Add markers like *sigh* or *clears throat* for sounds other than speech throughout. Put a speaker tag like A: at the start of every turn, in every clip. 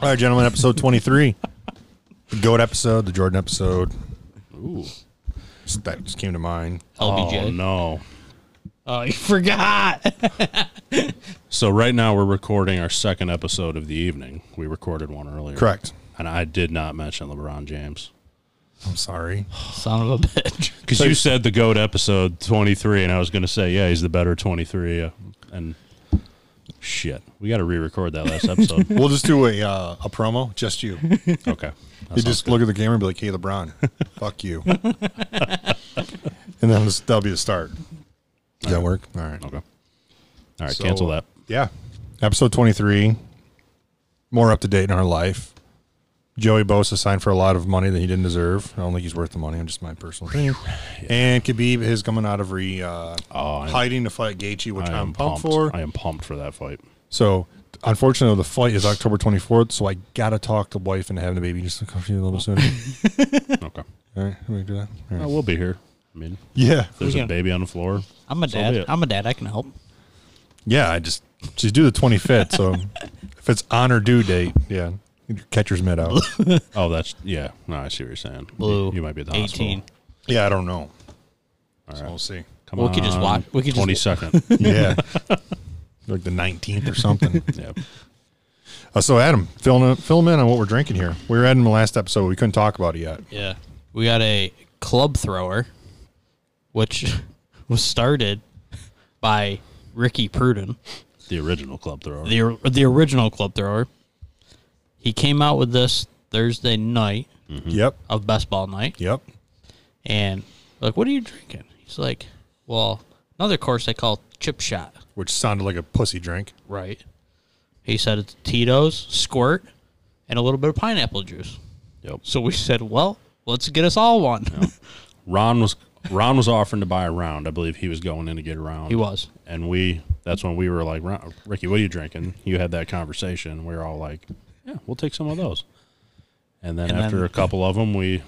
A: All right, gentlemen, episode 23. the GOAT episode, the Jordan episode.
B: Ooh.
A: Just- That just came to mind.
B: Oh,
C: LBJ.
B: no.
C: Oh, you *laughs* forgot.
B: So right now we're recording our second episode of the evening. We recorded one earlier.
A: Correct.
B: And I did not mention LeBron James.
A: I'm sorry.
C: Son of a bitch.
B: Because you said the GOAT episode 23, and I was going to say, yeah, he's the better 23. Uh, and shit. We got to re record that last
A: *laughs*
B: episode.
A: We'll just do a uh, a promo, just you.
B: okay.
A: You just look at the camera and be like, "Hey, LeBron, fuck you," and then this- that'll be the start. Does that work? All right.
B: Okay. All right.
A: So,
B: cancel that.
A: Yeah. Episode 23, more up to date in our life. Joey Bosa signed for a lot of money that he didn't deserve. I don't think he's worth the money. I'm just my personal opinion. And Khabib is coming out of re uh,
B: Oh, I am-
A: hiding to fight Gaethje, which
B: I
A: I'm
B: am
A: pumped
B: pumped
A: for.
B: I am pumped for that
A: *laughs*
B: fight.
A: So, unfortunately, the flight is October 24th, so I gotta talk to wife and having the baby just a little
B: *laughs*
A: bit sooner.
B: Okay.
A: All right, we do that. All
B: I
A: right.
B: will be here. I mean,
A: Yeah,
B: if there's
C: We
B: a
C: can-
B: baby on the floor.
C: I'm a
B: so
C: dad.
B: be it.
C: I'm a dad. I can help.
A: yeah. I just she's due the 25th,
B: *laughs*
A: so if it's on her due date, yeah, get your catcher's mitt out.
B: Oh, that's, yeah. No, I see what you're saying. You-
C: Blue.
B: You, might be at the
C: 18.
B: hospital.
A: yeah, I don't know.
B: All
A: So
B: right.
A: we'll see.
B: Come
C: We
B: on.
C: could just watch- we could just- *laughs*
B: 22nd.
A: *laughs* Yeah, like the 19th or something.
B: yeah.
A: *laughs* Uh, so, Adam, fill in, fill 'em in on what we're drinking here. We were at in the last episode. We couldn't talk about it yet.
C: Yeah. We got a club thrower, which *laughs* was started by Ricky Pruden,
B: The original club thrower.
C: the the original club thrower. He came out with this Thursday night
A: Yep.
C: of best ball night.
A: Yep.
C: And like, what are you drinking? He's like, well, another course they call chip shot.
A: Which sounded like a pussy drink.
C: Right. He said it's Tito's, squirt, and a little bit of pineapple juice.
B: yep.
C: So we *laughs* said, well, let's get us all one.
B: Ron was Ron was offering to buy a round. I believe he was going in to get a round.
C: he was.
B: And we that's when we were like, "Ron- Ricky, what are you drinking? You had that conversation. We were all like, yeah, we'll take some of those. And then
C: And
B: after
C: then-
B: a couple of them, we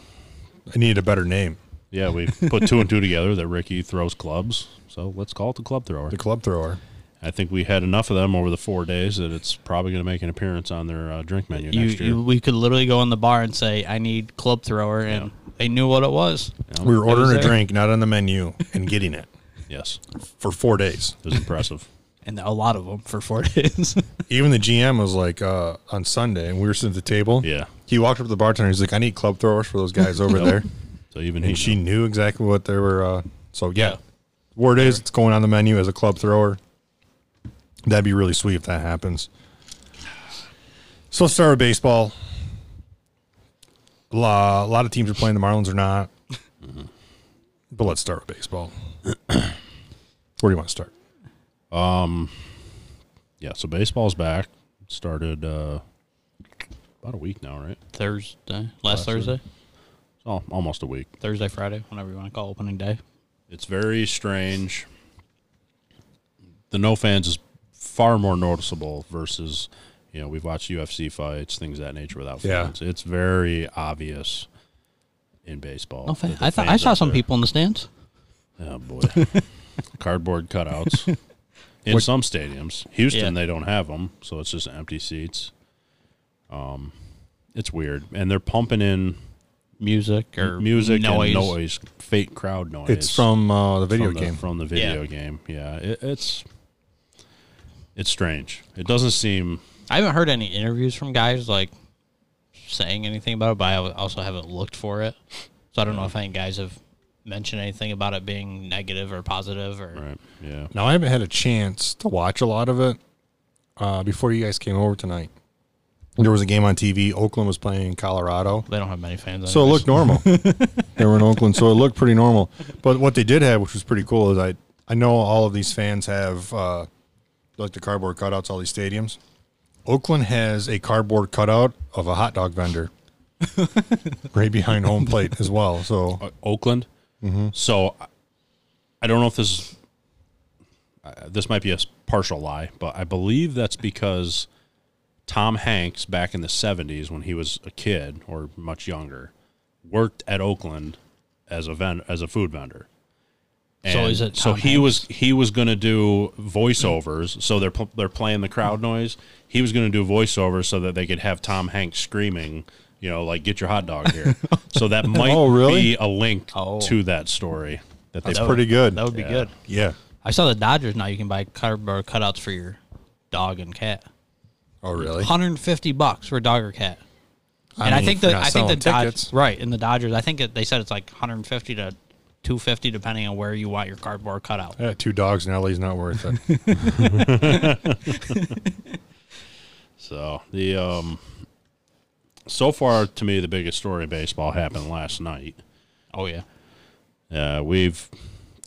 A: I needed a better name.
B: yeah we put two and two together that Ricky throws clubs. So let's call it the club thrower.
A: The club thrower.
B: I think we had enough of them over the four days that it's probably going to make an appearance on their uh, drink menu
C: You,
B: next year.
C: you, we could literally go in the bar and say, I need club thrower. And they knew what it was.
A: We were ordering a
C: there.
A: drink, not on the menu, and getting it
B: yes, it
A: for four days.
B: was impressive.
C: And a lot of them for four *laughs* days.
A: Even the GM was like uh, on Sunday, and we were sitting at the table.
B: Yeah.
A: He walked up to the bartender. He's like, "I need club throwers for those guys *laughs* over there."
B: So even he
A: And she
B: knew.
A: knew exactly what they were. Uh, so yeah,
C: Yeah.
A: word is it's going on the menu as a club thrower. That'd be really sweet if that happens. So let's start with baseball. La, a lot of teams are playing. The Marlins are not. But let's start with baseball. *clears throat* Where do you want to start?
B: Um, Yeah, so baseball's back. Started uh, about a week now, right?
C: Thursday. Last
B: Thursday.
C: Thursday.
B: Oh, almost a week.
C: Thursday, Friday, whenever you want to call opening day.
B: It's very strange. The no fans is far more noticeable versus, you know, we've watched UFC fights, things of that nature without
A: Yeah.
B: fans. It's very obvious in baseball.
C: No,
B: that
C: fan.
B: the
C: Oh, I thought I
B: fans
C: saw
B: aren't
C: some
B: there.
C: people in the stands.
B: Oh
C: *laughs*
B: boy, cardboard cutouts. In some stadiums, Houston
C: Yeah.
B: they don't have them, so it's just empty seats. Um, it's weird, and they're pumping in
C: Music or
B: music
C: noise.
B: and noise, fake crowd noise.
A: It's from uh, the video
B: from the,
A: game.
B: from the video game. Yeah, it, it's it's strange. It doesn't seem
C: I haven't heard any interviews from guys like saying anything about it, but I also haven't looked for it. So I don't know if any guys have mentioned anything about it being negative or positive or
B: right. Yeah,
A: Now I haven't had a chance to watch a lot of it uh, before you guys came over tonight. There was a game on TV. Oakland was playing Colorado,
C: they don't have many fans.
A: so it looked
C: anyways.
A: normal. *laughs* they were in Oakland, so it looked pretty normal. But what they did have, which was pretty cool, is I I know all of these fans have uh, like the cardboard cutouts. All these stadiums, Oakland has a cardboard cutout of a hot dog vendor *laughs* right behind home plate as well. So
B: O- uh, Oakland.
A: Mm-hmm.
B: So I- I don't know if this is, uh, this might be a s- partial lie, but I believe that's because Tom Hanks back in the 70s when he was a kid or much younger worked at Oakland as a ven- as a food vendor. And
C: So is it
B: so
C: Tom
B: he
C: Hanks?
B: was he was going to do voiceovers. So they're pl- they're playing the crowd noise. He was going to do voiceovers so that they could have Tom Hanks screaming, you know, like "Get your hot dog
A: *laughs*
B: here." so that might
A: Oh, really?
B: be a link
C: Oh.
B: to that story. That they
A: That's pretty good.
C: That would be
B: Yeah.
C: good.
A: yeah.
C: I saw the Dodgers now. You can buy cardboard cutouts for your dog and cat.
A: Oh, really?
C: 150 bucks for a dog or cat. and I
D: mean,
C: think
D: if you're
C: the
D: not
C: I think the
D: selling tickets.
C: Dodgers right in the Dodgers. I think it, they said it's like 150 to 250 depending on where you want your cardboard cutout.
A: Yeah, two dogs in LA's not worth *laughs* it.
B: So the um, so far to me the biggest story in baseball happened last night.
C: Oh yeah,
B: Uh, we've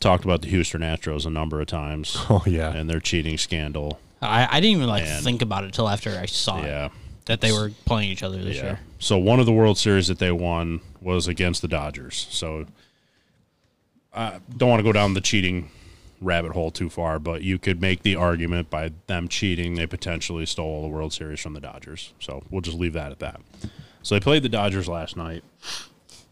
B: talked about the Houston Astros a number of times.
A: Oh, yeah.
B: and their cheating scandal.
C: I, I didn't even like
B: And-
C: think about it till after I saw
B: Yeah.
C: it that they were playing each other this year.
B: So one of the World Series that they won was against the Dodgers. So I don't want to go down the cheating rabbit hole too far, but you could make the argument by them cheating, they potentially stole the World Series from the Dodgers. So we'll just leave that at that. So they played the Dodgers last night.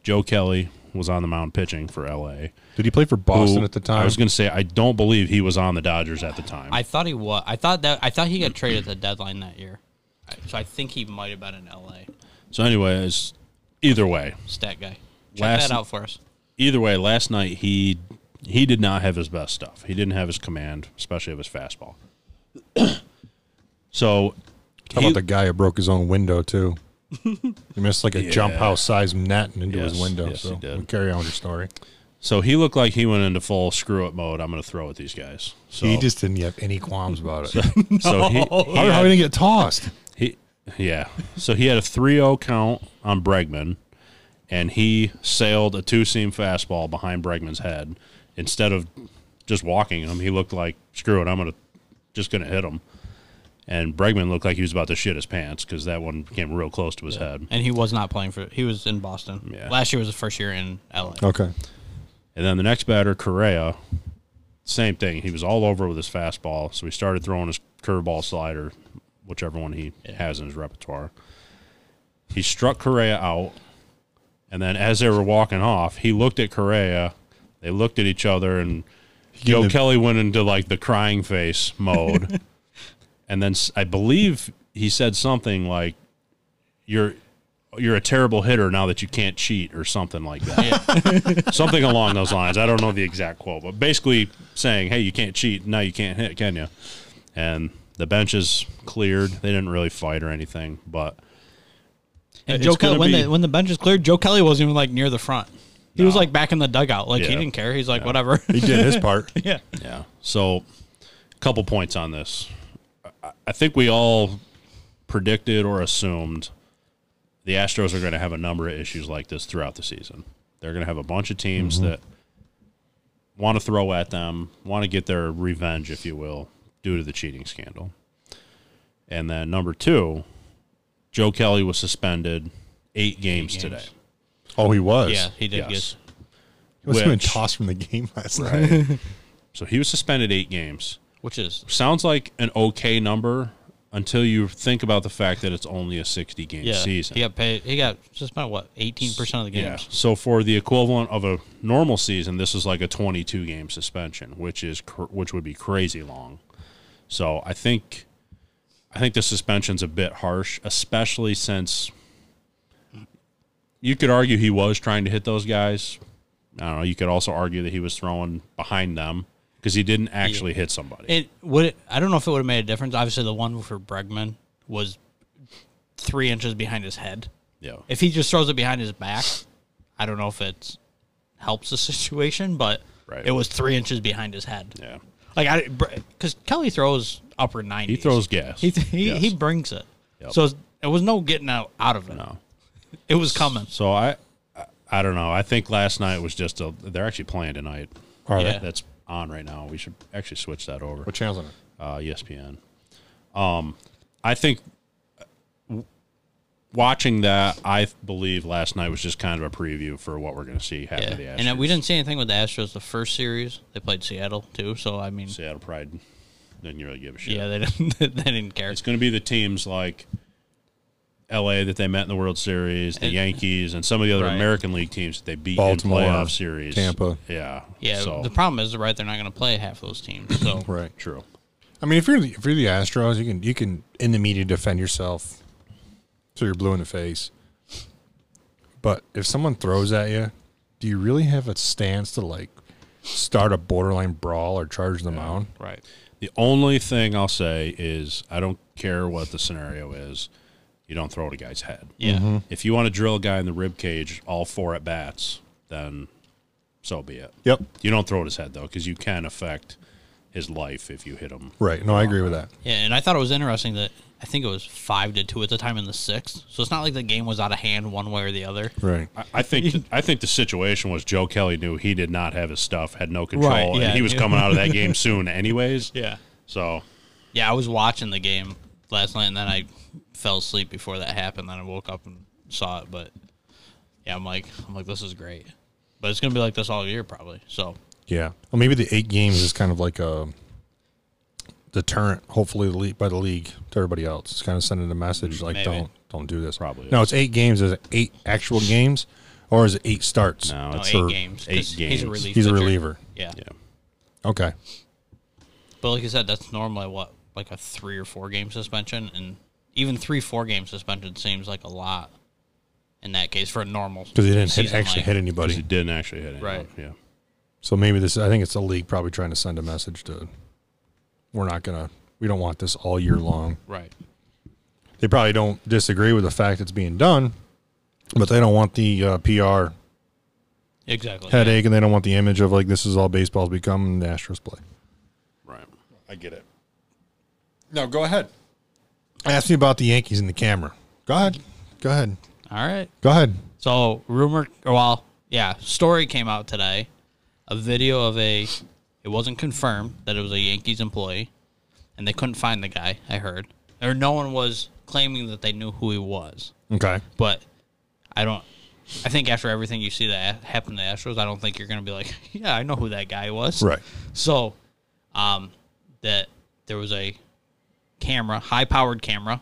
B: Joe Kelly was on the mound pitching for LA.
A: Did he play for Boston
B: who-
A: at the time?
B: I was going to say I don't believe he was on the Dodgers at the time.
C: I thought he was. I thought that I thought he got traded at the deadline that year. I- So I think he might have been in L.A.
B: so anyways, either way,
C: Stat guy, check
B: Last-
C: that out for us.
B: either way, last night he he did not have his best stuff. He didn't have his command, especially of his fastball. so
A: How
B: he-
A: about the guy who broke his own window too? he missed like a jump
B: Yeah.
A: house size net into
B: Yes,
A: his window.
B: yes,
A: so
B: he did.
A: we carry on with your story.
B: so he looked like he went into full screw up mode. I'm going to throw at these guys. So
A: He just didn't have any qualms about it.
B: so he,
A: I don't know *laughs* how he didn't get tossed.
B: he yeah. So he had a 3-0 count on Bregman, and he sailed a two-seam fastball behind Bregman's head. Instead of just walking him, he looked like screw it. I'm gonna just gonna hit him. And Bregman looked like he was about to shit his pants because that one came real close to his head.
C: And he was not playing for. He was in Boston.
B: Yeah.
C: Last year was the first year in L.A.
A: Okay.
B: And then the next batter, Correa, same thing. He was all over with his fastball, so he started throwing his curveball slider, whichever one he has in his repertoire. He struck Correa out, and then as they were walking off, he looked at Correa. They looked at each other, and Joe
A: the-
B: Kelly went into like the crying face mode. and then s- I believe he said something like, "You're." You're a terrible hitter now that you can't cheat, or something like that something along those lines. I don't know the exact quote, but basically saying, "Hey, you can't cheat. Now you can't hit, can you?" And the bench is cleared. They didn't really fight or anything, but
C: And
B: It's
C: Joe Kelly,
B: gonna
C: when
B: be-
C: the when the bench was cleared, Joe Kelly wasn't even like near the front. He was
B: No.
C: like back in the dugout. Like he
B: Yeah.
C: didn't care. He's like whatever.
A: He did his part.
C: *laughs* yeah.
B: yeah. So, a couple points on this. I- I think we all predicted or assumed the Astros are going to have a number of issues like this throughout the season. They're going to have a bunch of teams that want to throw at them, want to get their revenge, if you will, due to the cheating scandal. And then number two, Joe Kelly was suspended eight games,
C: games.
B: today.
A: Oh, he was.
C: Yeah, he
B: Yes.
C: did get
A: He must have been
B: Which-
A: tossed from the game last night.
B: Right. so he was suspended eight games.
C: which is
B: sounds like an okay number until you think about the fact that it's only a 60 game
C: yeah.
B: season.
C: He got paid he got just about what, eighteen percent of the
B: Yeah.
C: games.
B: So for the equivalent of a normal season, this is like a 22 game suspension, which is cr- which would be crazy long. So I think I think the suspension's a bit harsh, especially since you could argue he was trying to hit those guys. I don't know. You could also argue that he was throwing behind them because he didn't actually hit somebody.
C: It would it, I don't know if it would have made a difference. Obviously the one for Bregman was three inches behind his head.
B: yeah.
C: If he just throws it behind his back, I don't know if it helps the situation, but
B: Right.
C: it was three inches behind his head.
B: yeah.
C: Like I, because Kelly throws upper nineties.
B: He throws gas.
C: He he,
B: Yes.
C: he brings it.
B: Yep.
C: So it was no getting out out of it.
B: No.
C: *laughs* It was coming.
B: So I, I- I don't know. I think last night was just a. They're actually playing tonight.
A: Are they?
B: That- That's on right now. We should actually switch that over.
A: What channel's on it?
B: Uh, ESPN. Um, I think uh, w- watching that, I believe last night was just kind of a preview for what we're going to see happen.
C: Yeah.
B: to the
C: And we
B: Astros.
C: didn't see anything with the Astros the first series. They played Seattle too. So I mean,
B: Seattle Pride didn't really give a shit.
C: *laughs* yeah, they didn't they didn't care.
B: It's going to be the teams like L.A. that they met in the World Series, the
C: And-
B: Yankees, and some of the other
C: Right.
B: American League teams that they beat
A: Baltimore,
B: in playoff series.
A: Tampa.
B: yeah,
C: Yeah,
B: So
C: the problem is, right? They're not going to play half those teams. So
A: Right.
B: true.
A: I mean, if you're the, if you're the Astros, you can you can in the media defend yourself, so you're blue in the face. But if someone throws at you, do you really have a stance to like start a borderline brawl or charge the mound?
C: right,
B: The only thing I'll say is I don't care what the scenario is. You don't throw at a guy's head.
C: yeah,
B: If you want to drill a guy in the rib cage, all four at bats, then so be it.
A: Yep.
B: You don't throw at his head though, because you can affect his life if you hit him.
A: Right. No, I agree with that.
C: yeah. And I thought it was interesting that I think it was five to two at the time in the sixth. So it's not like the game was out of hand one way or the other.
A: Right.
B: I, I
C: *laughs*
B: think th- I think the situation was Joe Kelly knew he did not have his stuff, had no control,
C: Right, yeah,
B: and he was
C: knew.
B: coming out of
C: *laughs*
B: that game soon, anyways.
C: Yeah,
B: So
C: yeah. I was watching the game last night, and then I fell asleep before that happened. Then I woke up and saw it. But yeah, I'm like, I'm like, this is great. But it's going to be like this all year probably. So
A: Yeah. Well, maybe the eight games is kind of like a deterrent, hopefully, the league, by the league to everybody else. It's kind of sending a message like,
C: Maybe.
A: don't don't do this.
B: Probably
A: No, it's eight games. Is it eight actual games, or is it eight starts?
B: no,
C: no,
B: it's
C: eight
A: for
C: games. 'cause
B: eight
C: He's
B: games.
C: a relief.
A: He's a
C: pitcher.
A: reliever.
C: Yeah.
B: yeah.
A: Okay.
C: But like you said, that's normally what like a three or four game suspension, and even three four game suspension seems like a lot in that case for a normal
A: Because he didn't hit,
C: season,
A: actually
C: like-
A: hit
B: Because he
A: anybody.
B: didn't actually hit anyone.
C: Right.
B: Yeah.
A: So maybe this, I think it's the league probably trying to send a message to, we're not going to, we don't want this all year long.
C: Right.
A: They probably don't disagree with the fact it's being done, but they don't want the uh, PR
C: Exactly.
A: headache and they don't want the image of like, this is all baseball's become and the Astros play.
B: Right. I get it.
A: No, go ahead. Ask me about the Yankees and the camera. Go ahead. Go ahead.
C: All right.
A: Go ahead.
C: So rumor, or well, yeah, story came out today. A video of a, it wasn't confirmed that it was a Yankees employee, and they couldn't find the guy. I heard, or no one was claiming that they knew who he was.
A: Okay.
C: But I don't. I think after everything you see that happened to the Astros, I don't think you're going to be like, *laughs* yeah, I know who that guy was.
A: Right.
C: So, um, that there was a camera, high powered camera,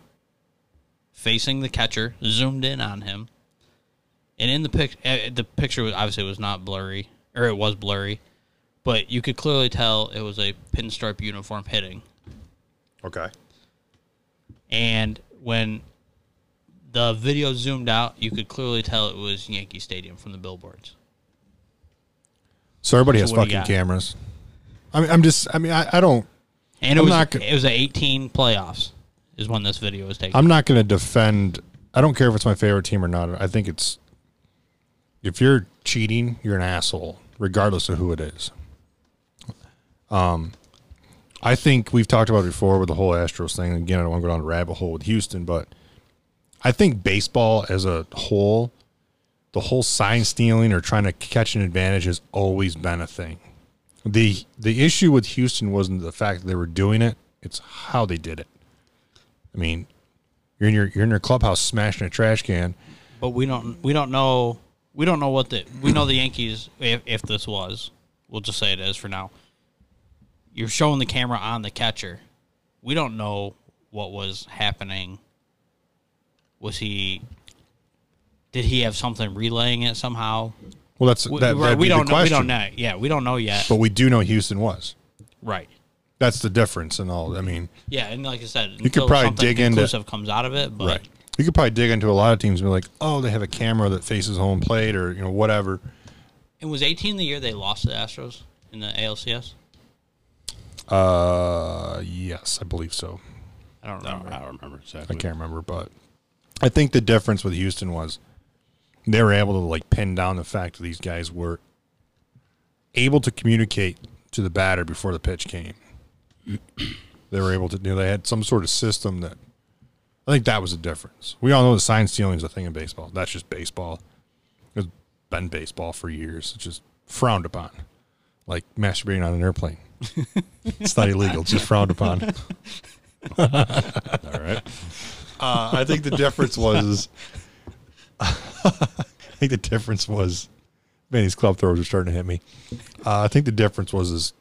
C: facing the catcher, zoomed in on him, and in the pic, uh, the picture was obviously was not blurry, or it was blurry, but you could clearly tell it was a pinstripe uniform hitting.
A: Okay.
C: And when the video zoomed out, you could clearly tell it was Yankee Stadium from the billboards.
A: So everybody
C: So
A: has
C: what do you
A: fucking
C: got?
A: cameras. I mean, I'm just, I mean, I, I don't,
C: And it
A: I'm
C: was
A: not gonna-
C: it was a 18 playoffs is when this video was taken.
A: I'm not going to defend. I don't care if it's my favorite team or not. I think it's if you're cheating, you're an asshole, regardless of who it is. Um, I think we've talked about it before with the whole Astros thing. Again, I don't want to go down a rabbit hole with Houston, but I think baseball as a whole, the whole sign stealing or trying to catch an advantage has always been a thing. the The issue with Houston wasn't the fact that they were doing it; it's how they did it. I mean, you're in your you're in your clubhouse smashing a trash can.
C: but we don't we don't know we don't know what the we know the Yankees if, if this was we'll just say it is for now. You're showing the camera on the catcher. We don't know what was happening. Was he? Did he have something relaying it somehow?
A: Well, that's
C: We,
A: that,
C: we-
A: that'd
C: we
A: be the
C: don't know. We
A: question.
C: don't know. Yeah, we don't know yet.
A: But we do know Houston was.
C: Right.
A: That's the difference in all. I mean,
C: Yeah, and like I said, you
A: could probably dig into-
C: comes out of it, but
A: right. You could probably dig into a lot of teams and be like, oh, they have a camera that faces home plate or you know whatever.
C: it was 18 the year they lost to the Astros in the ALCS.
A: Uh, yes, I believe so.
C: I don't
B: I
C: remember.
B: don't, I don't remember
A: I
B: exactly.
A: can't remember, but I think the difference with Houston was they were able to like pin down the fact that these guys were able to communicate to the batter before the pitch came. *clears throat* they were able to, you know, they had some sort of system that I think that was the difference. We all know the sign stealing is a thing in baseball. That's just baseball. It's been baseball for years. It's just frowned upon, like masturbating on an airplane. it's not illegal. It's just frowned upon.
B: All
C: *laughs*
B: right.
A: Uh, I think the difference was. *laughs* I think the difference was, man, these club throwers are starting to hit me. Uh, I think the difference was is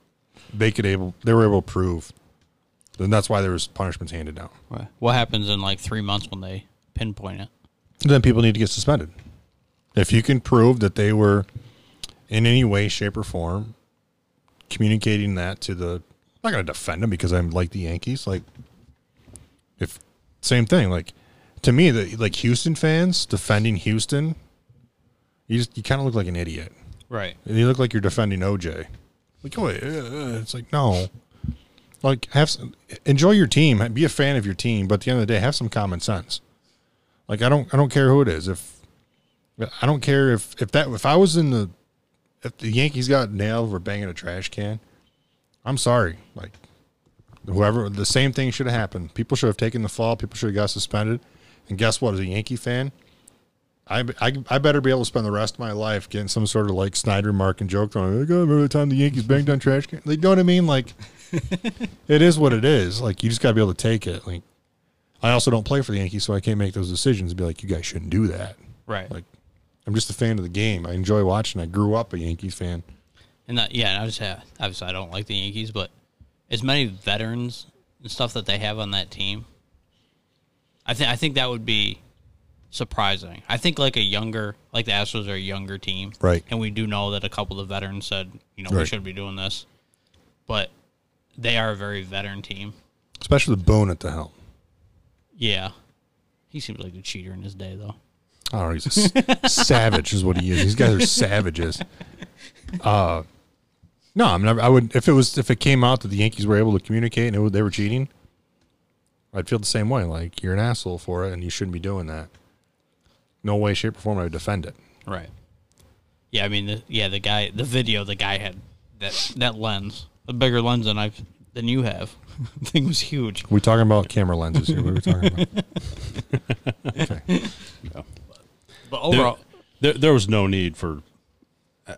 A: they could able they were able to prove, and that's why there was punishments handed down.
C: What happens in like three months when they pinpoint it.
A: then people need to get suspended. If you can prove that they were in any way, shape, or form communicating that to the, I'm not going to defend them because I'm like the Yankees. Like, if same thing, like to me, the like Houston fans defending Houston, you just you kind of look like an idiot.
C: Right.
A: And you look like you're defending OJ. Like, oh, uh, uh, it's like no. Like, have some, enjoy your team. Be a fan of your team, but at the end of the day, have some common sense. Like, I don't, I don't care who it is. If I don't care if if that if I was in the if the Yankees got nailed for banging a trash can, I'm sorry. Like, whoever the same thing should have happened. People should have taken the fall. People should have got suspended. And guess what? As a Yankee fan, I, I, I better be able to spend the rest of my life getting some sort of like Snyder mark and joke on like, oh, remember the time the Yankees banged on trash can? Like, you know what I mean? Like, it is what it is. Like, you just got to be able to take it. Like, I also don't play for the Yankees, so I can't make those decisions and be like, you guys shouldn't do that.
C: Right.
A: Like, I'm just a fan of the game. I enjoy watching. I grew up a Yankees fan.
C: And that, yeah, and I just have, obviously, I don't like the Yankees, but as many veterans and stuff that they have on that team, I think I think that would be surprising. I think like a younger, like the Astros are a younger team,
A: Right.
C: And we do know that a couple of the veterans said, you know, we
A: Right.
C: should be doing this, but they are a very veteran team.
A: Especially the Boone at the helm.
C: Yeah, he seems like a cheater in his day, though.
A: I don't know. Oh, He's a s- savage, is what he is. These guys are savages. Uh, no, I'm never. I would if it was if it came out that the Yankees were able to communicate and it, was- they were cheating. I'd feel the same way. Like you're an asshole for it, and you shouldn't be doing that. No way, shape, or form I would defend it.
C: Right. Yeah, I mean, the, yeah, the guy, the video, the guy had that that lens, a bigger lens than I've than you have. *laughs* the thing was huge.
A: We're talking about camera lenses here. What are we talking about? okay.
C: But
B: there,
C: overall,
B: there, there was no need for. uh,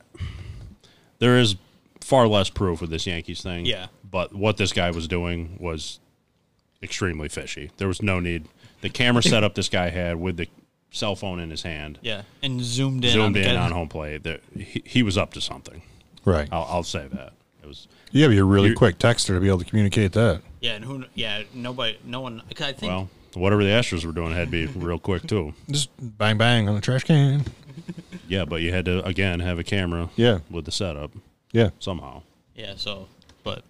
B: there is far less proof with this Yankees thing.
C: Yeah.
B: But what this guy was doing was extremely fishy. There was no need. The camera setup this guy had with the cell phone in his hand,
C: yeah, and zoomed in,
B: zoomed
C: on, the
B: in
C: guy-
B: on home plate. There, he, he was up to something.
A: *laughs* Right.
B: I'll, I'll say that. It was.
A: You gotta be a really
B: You-
A: quick texter to be able to communicate that.
C: Yeah, and who? kn- Yeah, nobody, no one. 'cause I think
B: Well, whatever the Astros were doing had to be real quick too.
A: Just bang bang on the trash can.
B: Yeah, but you had to again have a camera.
A: Yeah.
B: With the setup
A: Yeah.
B: somehow.
C: Yeah, so but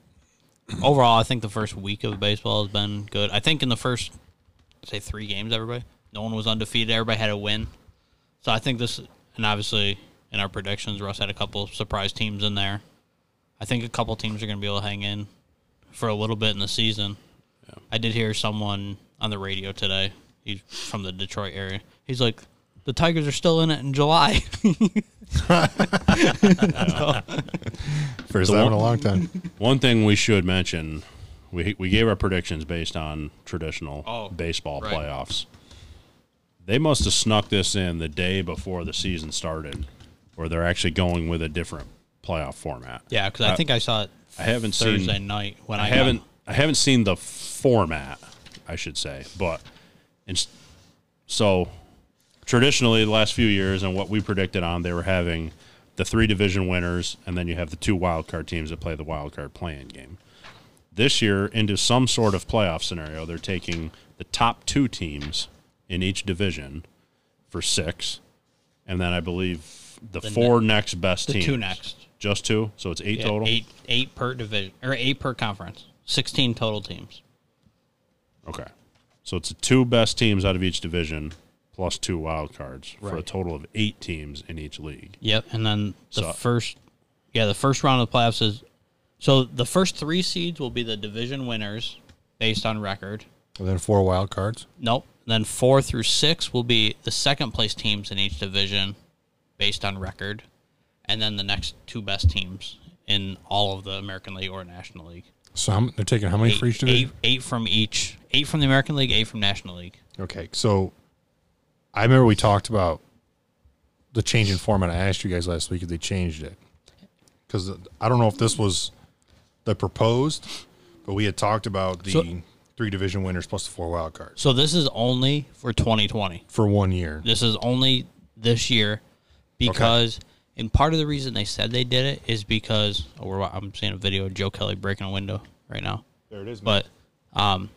C: overall I think the first week of baseball has been good. I think in the first say three games everybody no one was undefeated, everybody had a win. So I think this and obviously in our predictions Russ had a couple surprise teams in there. I think a couple teams are gonna be able to hang in for a little bit in the season. I did hear someone on the radio today, he's from the Detroit area. He's like the Tigers are still in it in July.
A: First
B: The
A: time in
B: one-
A: a long time.
B: One thing we should mention, we we gave our predictions based on traditional
C: Oh,
B: baseball
C: right.
B: playoffs. They must have snuck this in the day before the season started, or they're actually going with a different playoff format.
C: *laughs* yeah, because I think I saw it
B: I haven't seen-
C: Thursday night when I,
B: I
C: got-
B: haven't I haven't seen the format, I should say, but and so traditionally the last few years and what we predicted on they were having the three division winners and then you have the two wild card teams that play the wild card playing game. This year into some sort of playoff scenario, they're taking the top 2 teams in each division for 6 and then I believe the, four next best
C: the
B: teams.
C: two next.
B: Just two, so it's eight
C: Yeah,
B: total.
C: Eight eight per division or eight per conference. Sixteen total teams.
B: Okay. So it's the two best teams out of each division plus two wild cards for a total of eight teams in each league.
C: Yep. And then the
B: So-
C: first yeah, the first round of the playoffs is so the first three seeds will be the division winners based on record.
A: And then four wild cards.
C: Nope. Then four through six will be the second place teams in each division based on record. And then the next two best teams in all of the American League or National League.
A: So how, m- they're taking how many
C: Eight,
A: for each division?
C: eight, eight from each. Eight from the American League, eight from National League.
A: Okay, so I remember we talked about the change in format. I asked you guys last week if they changed it because I don't know if this was the proposed, but we had talked about the
C: So-
A: three division winners plus the four wild cards
C: So this is only for twenty twenty.
A: for one year.
C: This is only this year because, and part of the reason they said they did it is because oh, we're, wa- I'm seeing a video of Joe Kelly breaking a window right now.
A: There it is.
C: But um,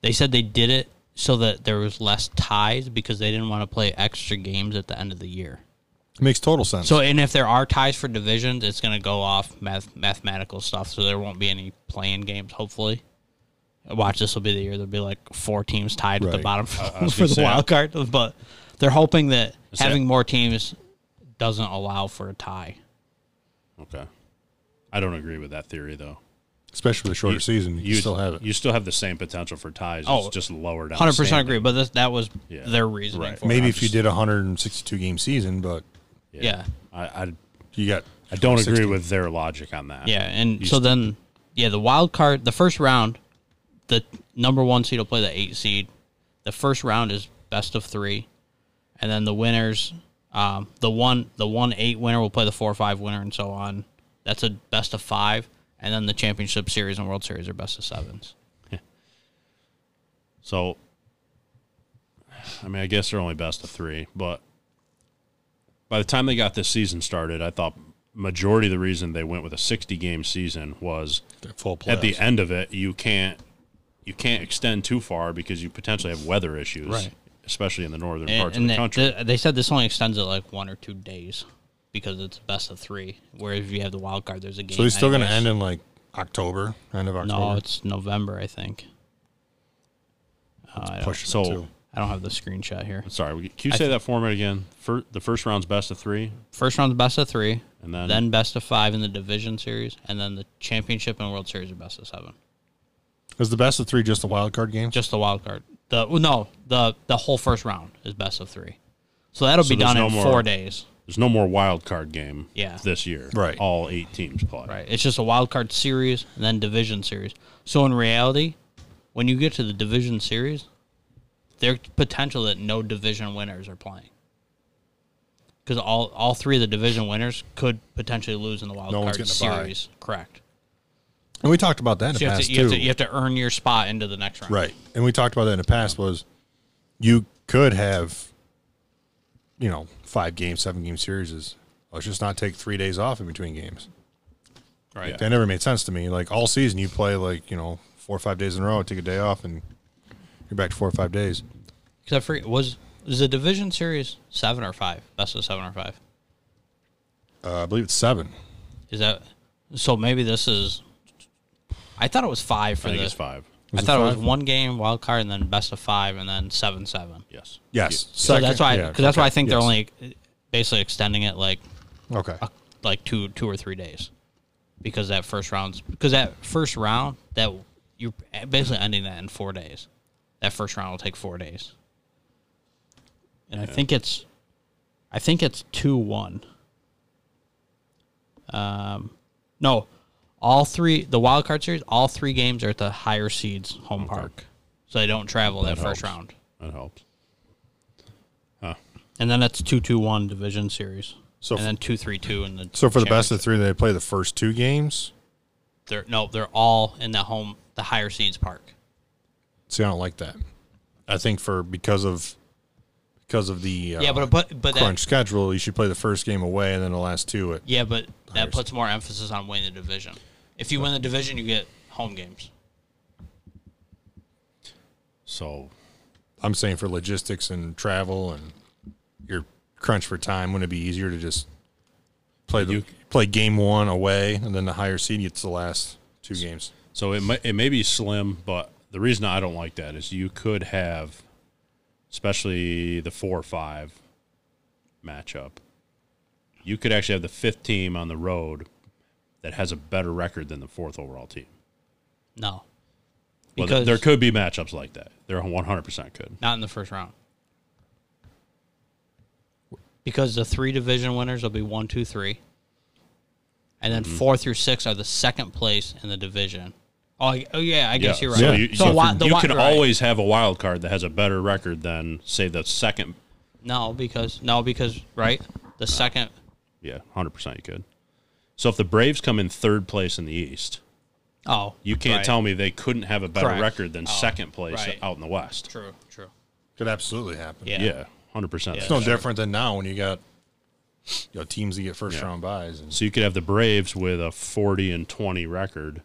C: they said they did it so that there was less ties because they didn't want to play extra games at the end of the year.
A: makes total sense.
C: So, and if there are ties for divisions, it's going to go off math, mathematical stuff. So there won't be any playing games. Hopefully, watch this will be the year there'll be like four teams tied at the
A: Right.
C: bottom *laughs*
B: was
C: for
B: gonna
C: the
B: say, I-
C: wild card. But they're hoping that
B: Is that-
C: having more teams doesn't allow for a tie.
B: Okay. I don't agree with that theory though.
A: Especially with a shorter season, you, still have it.
B: You still have the same potential for ties.
C: Oh,
B: it's just lower down. the
C: Hundred percent
B: standing.
C: agree. But this, that was
B: Yeah.
C: their reasoning.
B: Right.
C: For it.
A: Maybe
B: I'm
A: if you
B: just-
A: did a 162 game season, but
C: yeah.
B: I, I
A: you got
B: I don't agree
A: 60.
B: with their logic on that.
C: Yeah, and
B: You
C: so
B: s-
C: then, yeah, the wild card, the first round, the number one seed will play the eight seed. The first round is best of three, and then the winners, um, the one, the one eight winner will play the four or five winner, and so on. That's a best of five, and then the championship series and world series are best of sevens.
B: So, I mean, I guess they're only best of three, but by the time they got this season started, I thought majority of the reason they went with a 60 game season was
A: full playoffs.
B: at the end of it you can't you can't extend too far because you potentially have weather issues,
C: Right.
B: especially in the northern
C: And,
B: parts
C: and
B: of the
C: they,
B: country.
C: they- they said this only extends it like one or two days because it's best of three. Whereas if you have the wild card, there's a game.
A: So he's still going to
C: anyways.
A: end in like October, end of October.
C: No, it's November, I think. Uh, I, don't,
A: pushing it
B: so-
A: too.
C: I don't have the screenshot here.
B: Sorry, we- can you say that format again? Fir the first round's best of three,
C: First round's best of three,
B: and then,
C: then best of five in the division series, and then the championship and world series are best of seven.
A: Is the best of three just the wild card game?
C: Just the wild card. The well, no, the the whole first round is best of three. So that'll
B: So
C: be
B: there's
C: done
B: no
C: in
B: more-
C: four days.
B: there's no more wild card game.
C: Yeah.
B: this year,
A: Right.
B: All eight teams play.
C: Right. It's just a wild card series and then division series. So in reality, when you get to the division series, there's potential that no division winners are playing. Because all, all three of the division winners could potentially lose in the wild
A: No one's
C: card
A: getting a bye.
C: series. Correct.
A: and we talked about that in
C: So
A: the
C: you have,
A: past
C: to, you, have
A: too.
C: to, you have to earn your spot into the next round.
A: right. And we talked about that in the past was you could have, you know, five game, seven game series. Let's just not take three days off in between games.
B: Right.
A: That never made sense to me. Like all season, you play like you know four or five days in a row, take a day off, and you're back to four or five days.
C: Because I forget, was, was the division series seven or five? Best of seven or five?
A: Uh, I believe it's seven.
C: Is that so? Maybe this is. I thought it was five for
B: I think
C: the
B: it's five.
A: Was
C: I
A: it
C: thought it was
A: five?
C: one game wild card and then best of five and then seven seven.
B: Yes.
A: Yes.
C: So that's why,
A: yeah,
C: cause that's why I
A: okay,
C: think they're
A: yes.
C: only basically extending it like
A: okay.
C: like two two or three days, because that first round's because that first round that you're basically ending that in four days. That first round will take four days, and I think it's, I think it's two one. Um, no, all three the wild card series, all three games are at the higher seeds home park, so they don't travel that,
B: That
C: first
B: helps.
C: round,
B: That helps.
C: and then that's two two one division series.
A: So
C: and
A: f-
C: then two three two in the
A: So for the best
C: championship.
A: of three, they play the first two games.
C: They're no, they're all in the home, the higher seeds park.
A: See, I don't like that. I think for because of because of the uh,
C: yeah, but but but
A: crunch
C: that,
A: schedule, you should play the first game away and then the last two at
C: yeah, but that
A: Higher
C: puts more emphasis on winning the division. If you win the division, you get home games.
B: So
A: I'm saying for logistics and travel and your crunch for time, wouldn't it be easier to just play the,
B: You-
A: play game one away and then the higher seed gets the last two games?
B: So it may, it may be slim, but the reason I don't like that is you could have, especially the four or five matchup, you could actually have the fifth team on the road that has a better record than the fourth overall team.
C: No,
B: Well,
C: because
B: there could be matchups like that. There 100% could.
C: not in the first round. Because the three division winners will be one, two, three, and
B: Mm-hmm.
C: then four through six are the second place in the division. Oh, I- oh yeah, I guess you're right.
B: So
A: Yeah.
B: you,
C: So
B: you
C: why-
B: can,
C: the
B: you
C: why-
B: can
C: right.
B: always have a wild card that has a better record than, say, the second.
C: No, because no, because right, the second
B: Yeah, 100% you could. So if the Braves come in third place in the East,
C: oh
B: You can't
C: right.
B: tell me they couldn't have a better
C: Correct. Oh,
B: record than second place
C: right.
B: out in the West.
C: True, true.
A: Could absolutely happen.
C: Yeah.
B: Yeah, hundred percent.
A: It's no different than now when you got you know, teams that get first round buys and
B: So you could have the Braves with a forty and twenty record,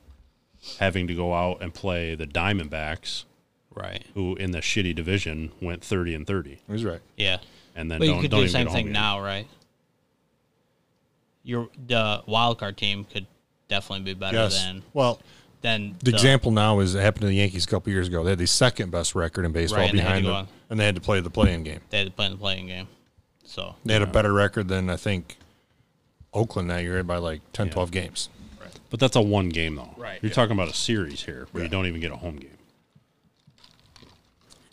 B: having to go out and play the Diamondbacks
C: Right.
B: who in the shitty division went 30 and 30
A: He's right.
C: Yeah.
B: and then
C: But
B: don't,
C: you could
B: don't even
C: do the same
B: get home
C: thing
B: yet.
C: now, right? Your the wild card team could definitely be better
A: Yes.
C: than
A: Well,
C: than
A: the, example now is it happened to the Yankees a couple years ago. They had the second best record in baseball
C: Right, and they had to
A: behind
C: go
A: them,
C: on.
A: and they had to play the play-in game.
C: They had to play in the playing game. So
A: They had a better record than I think Oakland that year by like 10, 12 games.
B: but that's a one game though
C: Right,
B: you're
C: yeah.
B: talking about a series here where you
A: Yeah.
B: don't even get a home game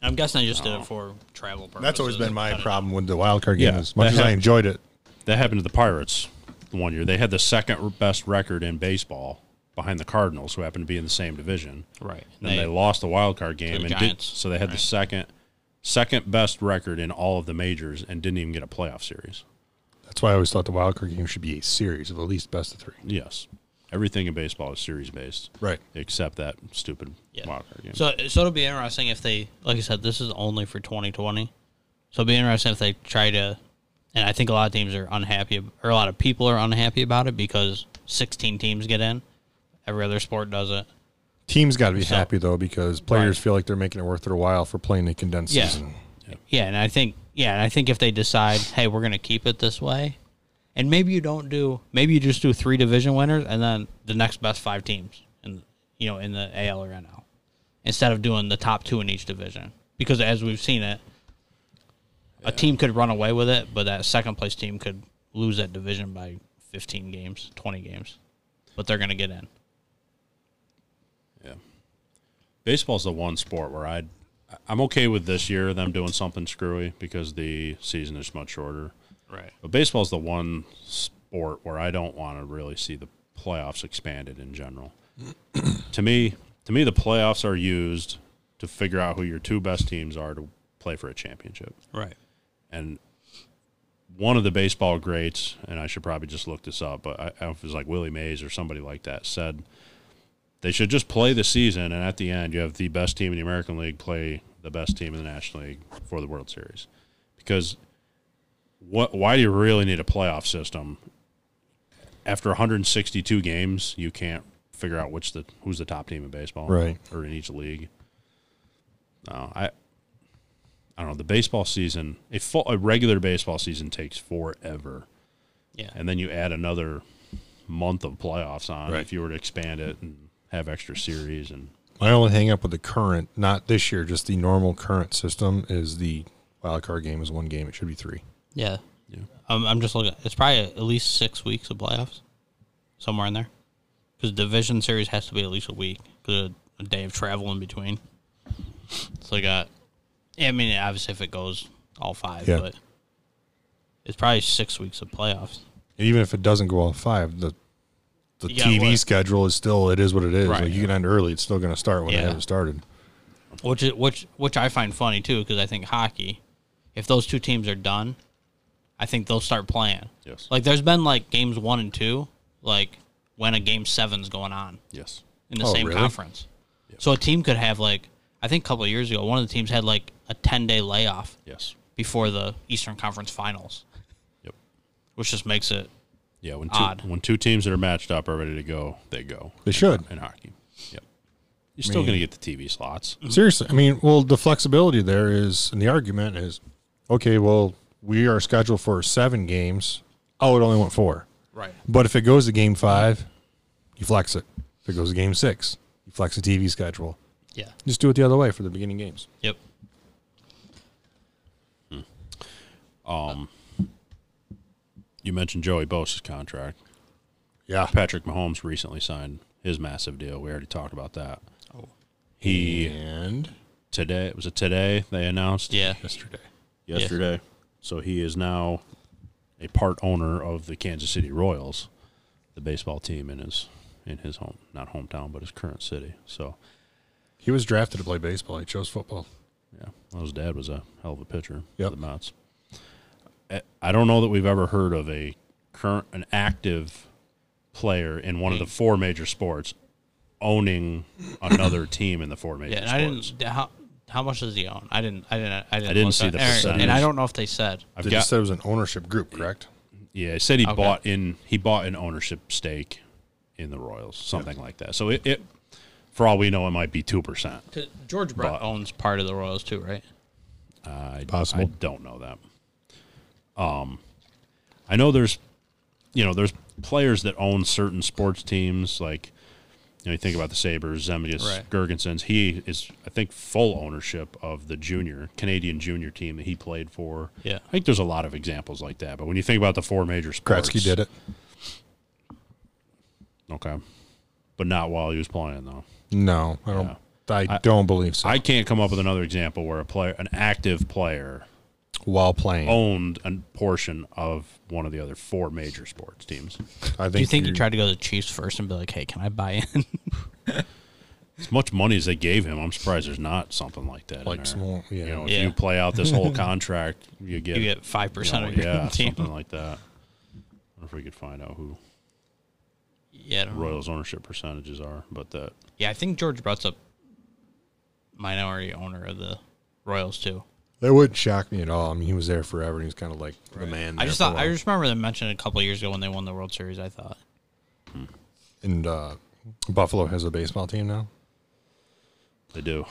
C: I'm guessing I just did it for travel purposes.
A: That's always been my
C: Cut it.
A: problem with the wild card game.
B: Yeah,
A: as much
B: that
A: as *laughs* I
B: hap-
A: enjoyed it,
B: that happened to the pirates the one year they had the second best record in baseball behind the cardinals who happened to be in the same division
C: Right.
B: and they,
C: They-
B: lost the wild card game
C: the
B: and did,
C: Giants,
B: so they had the
C: right.
B: second second best record in all of the majors and didn't even get a playoff series
A: that's why I always thought the wild card game should be a series of at least best of three.
B: yes everything in baseball is series based
A: Right.
B: except that stupid
C: Yeah.
B: wild card game
C: So so it'll be interesting if they like I said, this is only for twenty twenty. So it'll be interesting if they try to and I think a lot of teams are unhappy or a lot of people are unhappy about it because sixteen teams get in. Every other sport does it.
A: Teams got to be
C: So-
A: happy though because players feel like they're making it worth their while for playing a condensed
C: Yeah.
A: season.
C: Yeah, and I think yeah, and I think if they decide, hey, we're gonna keep it this way, and maybe you don't do, maybe you just do three division winners and then the next best five teams, and you know in the AL or NL, instead of doing the top two in each division, because as we've seen it, a team could run away with it, but that second place team could lose that division by fifteen games, twenty games, but they're gonna get in.
B: baseball's the one sport where I'd I'm okay with this year them doing something screwy because the season is much shorter.
C: Right.
B: But baseball's the one sport where I don't want to really see the playoffs expanded in general. to me, to me the playoffs are used to figure out who your two best teams are to play for a championship.
C: Right.
B: And one of the baseball greats, and I should probably just look this up, but I, I don't know if it was like Willie Mays or somebody like that, said they should just play the season, and at the end, you have the best team in the American League play the best team in the National League for the World Series. Because what? Why do you really need a playoff system? After 162 games, you can't figure out which the who's the top team in baseball,
A: Right.
B: Or in each league. No, I. I don't know. The baseball season, a full, a regular baseball season takes forever,
C: Yeah.
B: and then you add another month of playoffs on
A: Right.
B: if you were to expand it and have extra series and
A: My only hang up with the current, not this year, just the normal current system is the wild card game is one game. It should be three.
C: Yeah. Yeah. I'm, I'm just looking. It's probably at least six weeks of playoffs, somewhere in there, because division series has to be at least a week, because a, a day of travel in between. So I got. yeah, I mean, obviously, if it goes all five,
A: Yeah.
C: but it's probably six weeks of playoffs.
A: And even if it doesn't go all five, the the
C: You got
A: TV
C: what?
A: schedule is still it is what it is.
B: Right.
A: Like you can end early, it's still going to start when it
C: Yeah.
A: hasn't started.
C: which is, which which I find funny too because I think hockey, if those two teams are done, I think they'll start playing.
B: Yes.
C: Like there's been like games one and two, like when a game seven's going on
B: yes,
C: in the
A: Oh,
C: same
A: really?
C: conference. So a team could have like I think a couple of years ago, one of the teams had like a ten day layoff
B: yes,
C: before the Eastern Conference Finals,
B: yep,
C: which just makes it
B: yeah. When two
C: Odd.
B: when two teams that are matched up are ready to go, they go
A: They should.
B: in hockey. Yep, you're still
A: mean-
B: going to get the TV slots.
A: Seriously, I mean, well, the flexibility there is, and the argument is, okay, well, we are scheduled for seven games. Oh, it only went four.
C: right.
A: But if it goes to game five, you flex it. If it goes to game six, you flex the TV schedule.
C: Yeah.
A: Just do it the other way for the beginning games.
C: Yep.
B: You mentioned Joey Bosa's contract.
A: Yeah.
B: Patrick Mahomes recently signed his massive deal. We already talked about that.
C: Oh.
B: He
A: And
B: today was it today they announced
C: Yeah.
A: yesterday.
B: yesterday. So he is now a part owner of the Kansas City Royals, the baseball team in his in his home not hometown but his current city. So
A: He was drafted to play baseball. He chose football.
B: yeah, well, his dad was a hell of a pitcher
A: Yep.
B: for the Mets. I- I don't know that we've ever heard of a current an active player in one of
C: Hmm.
B: the four major sports owning
C: *coughs*
B: another team in the four major
C: Yeah, and
B: sports.
C: I didn't. How, how much does he own? I didn't. I didn't. I didn't,
B: didn't
C: look
B: see
C: up-
B: the
C: and-
B: percentage.
C: And I don't know if they said.
B: I've
A: They
B: got-
A: just said it was an ownership group, correct?
B: Yeah, he said he
C: Okay.
B: bought in. He bought an ownership stake in the Royals, something like that. So it, it For all we know, it might be two percent.
C: 'Cause George Brett owns part of the Royals too, right?
B: I,
A: Possible.
B: I don't know that. Um, I know there's, you know, there's players that own certain sports teams. Like, you know, you think about the Sabers, Zemgus,
C: Right.
B: Gergensons. He is, I think, full ownership of the junior Canadian junior team that he played for.
C: Yeah.
B: I think there's a lot of examples like that. But when you think about the four major sports,
A: Kratzky did it.
B: Okay, but not while he was playing though.
A: No, I don't. I, don't believe so.
B: I can't come up with another example where a player, an active player,
A: While playing,
C: Oh,
B: owned a portion of one of the other four major sports teams.
A: I think
C: Do you think he
A: you-
C: tried to go to the Chiefs first and be like, "Hey, can I buy in?"
B: As much money as they gave him, I'm surprised there's not something like that. in
A: Like
B: there.
A: some more- yeah.
B: You know, if
C: Yeah.
B: you play out this
A: *laughs*
B: whole contract, you get,
C: *laughs* you get five percent
B: you know,
C: of your *laughs*
B: yeah,
C: team.
B: something like that. I wonder if we could find out who
C: Yeah, I don't know.
B: Royals ownership percentages are, but that
C: yeah. I think George Brett's a minority owner of the Royals too.
A: That wouldn't shock me at all. I mean, he was there forever, and he was kind of like the man.
C: I
A: there
C: just
A: for a
C: thought I
A: while.
C: just remember them mentioned a couple of years ago when they won the World Series. I thought
A: and uh, Buffalo has a baseball team now.
B: they do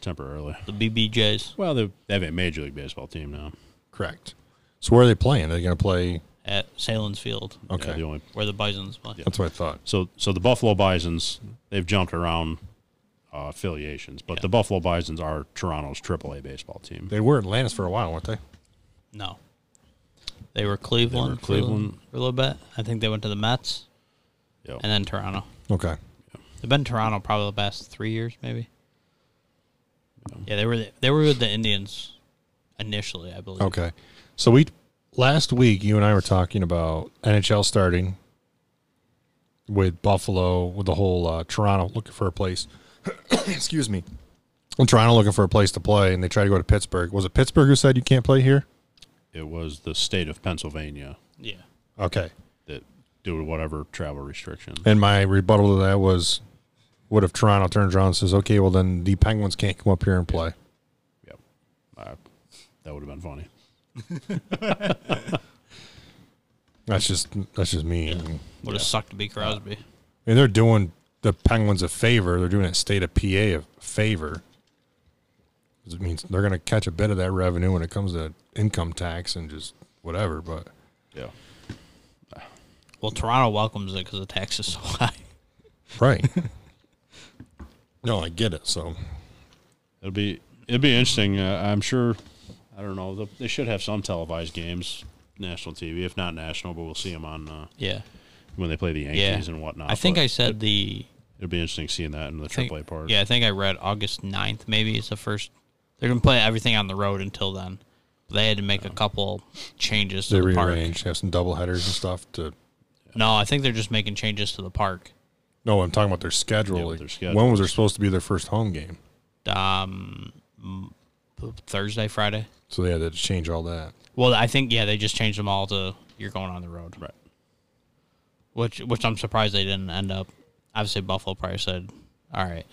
B: temporarily.
C: the BBJs
B: Well, they they have a major league baseball team now.
A: Correct. So where are they playing? Are they going to play?
C: at Salen's Field,
B: Yeah,
A: Okay,
B: the only
C: where the Bison's play.
A: that's what I thought.
B: So so the Buffalo Bisons, they've jumped around uh, affiliations, but the Buffalo Bisons are Toronto's AAA baseball team.
A: They were Atlantis for a while, weren't they?
C: No, they were Cleveland. for-
B: Cleveland.
C: for a little bit. I think they went to the Mets
B: Yep.
C: and then Toronto.
A: Okay.
C: They've been in Toronto probably the past three years, maybe. Yeah, they were the, they were with the Indians initially, I believe.
A: Okay. So we last week you and I were talking about NHL starting with Buffalo with the whole uh, Toronto looking for a place. *coughs* Excuse me. And Toronto looking for a place to play, and they tried to go to Pittsburgh. Was it Pittsburgh who said you can't play here?
B: It was the state of Pennsylvania
C: Yeah.
A: Okay.
B: that due to whatever travel restriction.
A: And my rebuttal to that was, what if Toronto turns around and says, okay, well then the Penguins can't come up here and play?
B: Yep. Uh, that would have been funny.
A: That's just that's just me. I mean,
C: Would have sucked to be Crosby.
A: I mean, they're doing the Penguins a favor. They're doing it state of PA a favor. 'Cause It means they're going to catch a bit of that revenue when it comes to income tax and just whatever. But
B: Yeah.
C: Well, Toronto welcomes it because the tax is *laughs* so high.
A: right, *laughs* no, I get it. So
B: It'll be it'll be interesting. Uh, I'm sure. I don't know. They'll- They should have some televised games, national TV, if not national, but we'll see them on uh,
C: Yeah.
B: when they play the
C: Yeah.
B: Yankees and whatnot.
C: I think
B: but
C: I said the.
B: it'll be interesting seeing that in the
C: I think-
B: AAA part.
C: Yeah, I think I read August 9th, maybe is the first. They're going to play everything on the road until then. They had to
B: Oh.
C: make a couple changes to
A: they
C: the
A: rearrange, have some double headers and stuff. To
C: park. No, I think they're just making changes to the park.
A: no, I'm talking about their schedule.
B: Yeah,
A: like,
B: their schedule.
A: When was there supposed to be their first home game?
C: Um, Thursday, Friday.
A: So they had to change all that.
C: Well, I think yeah, they just changed them all to you're going on the road,
B: Right.
C: which which I'm surprised they didn't end up. Obviously, Buffalo probably said, "All right,"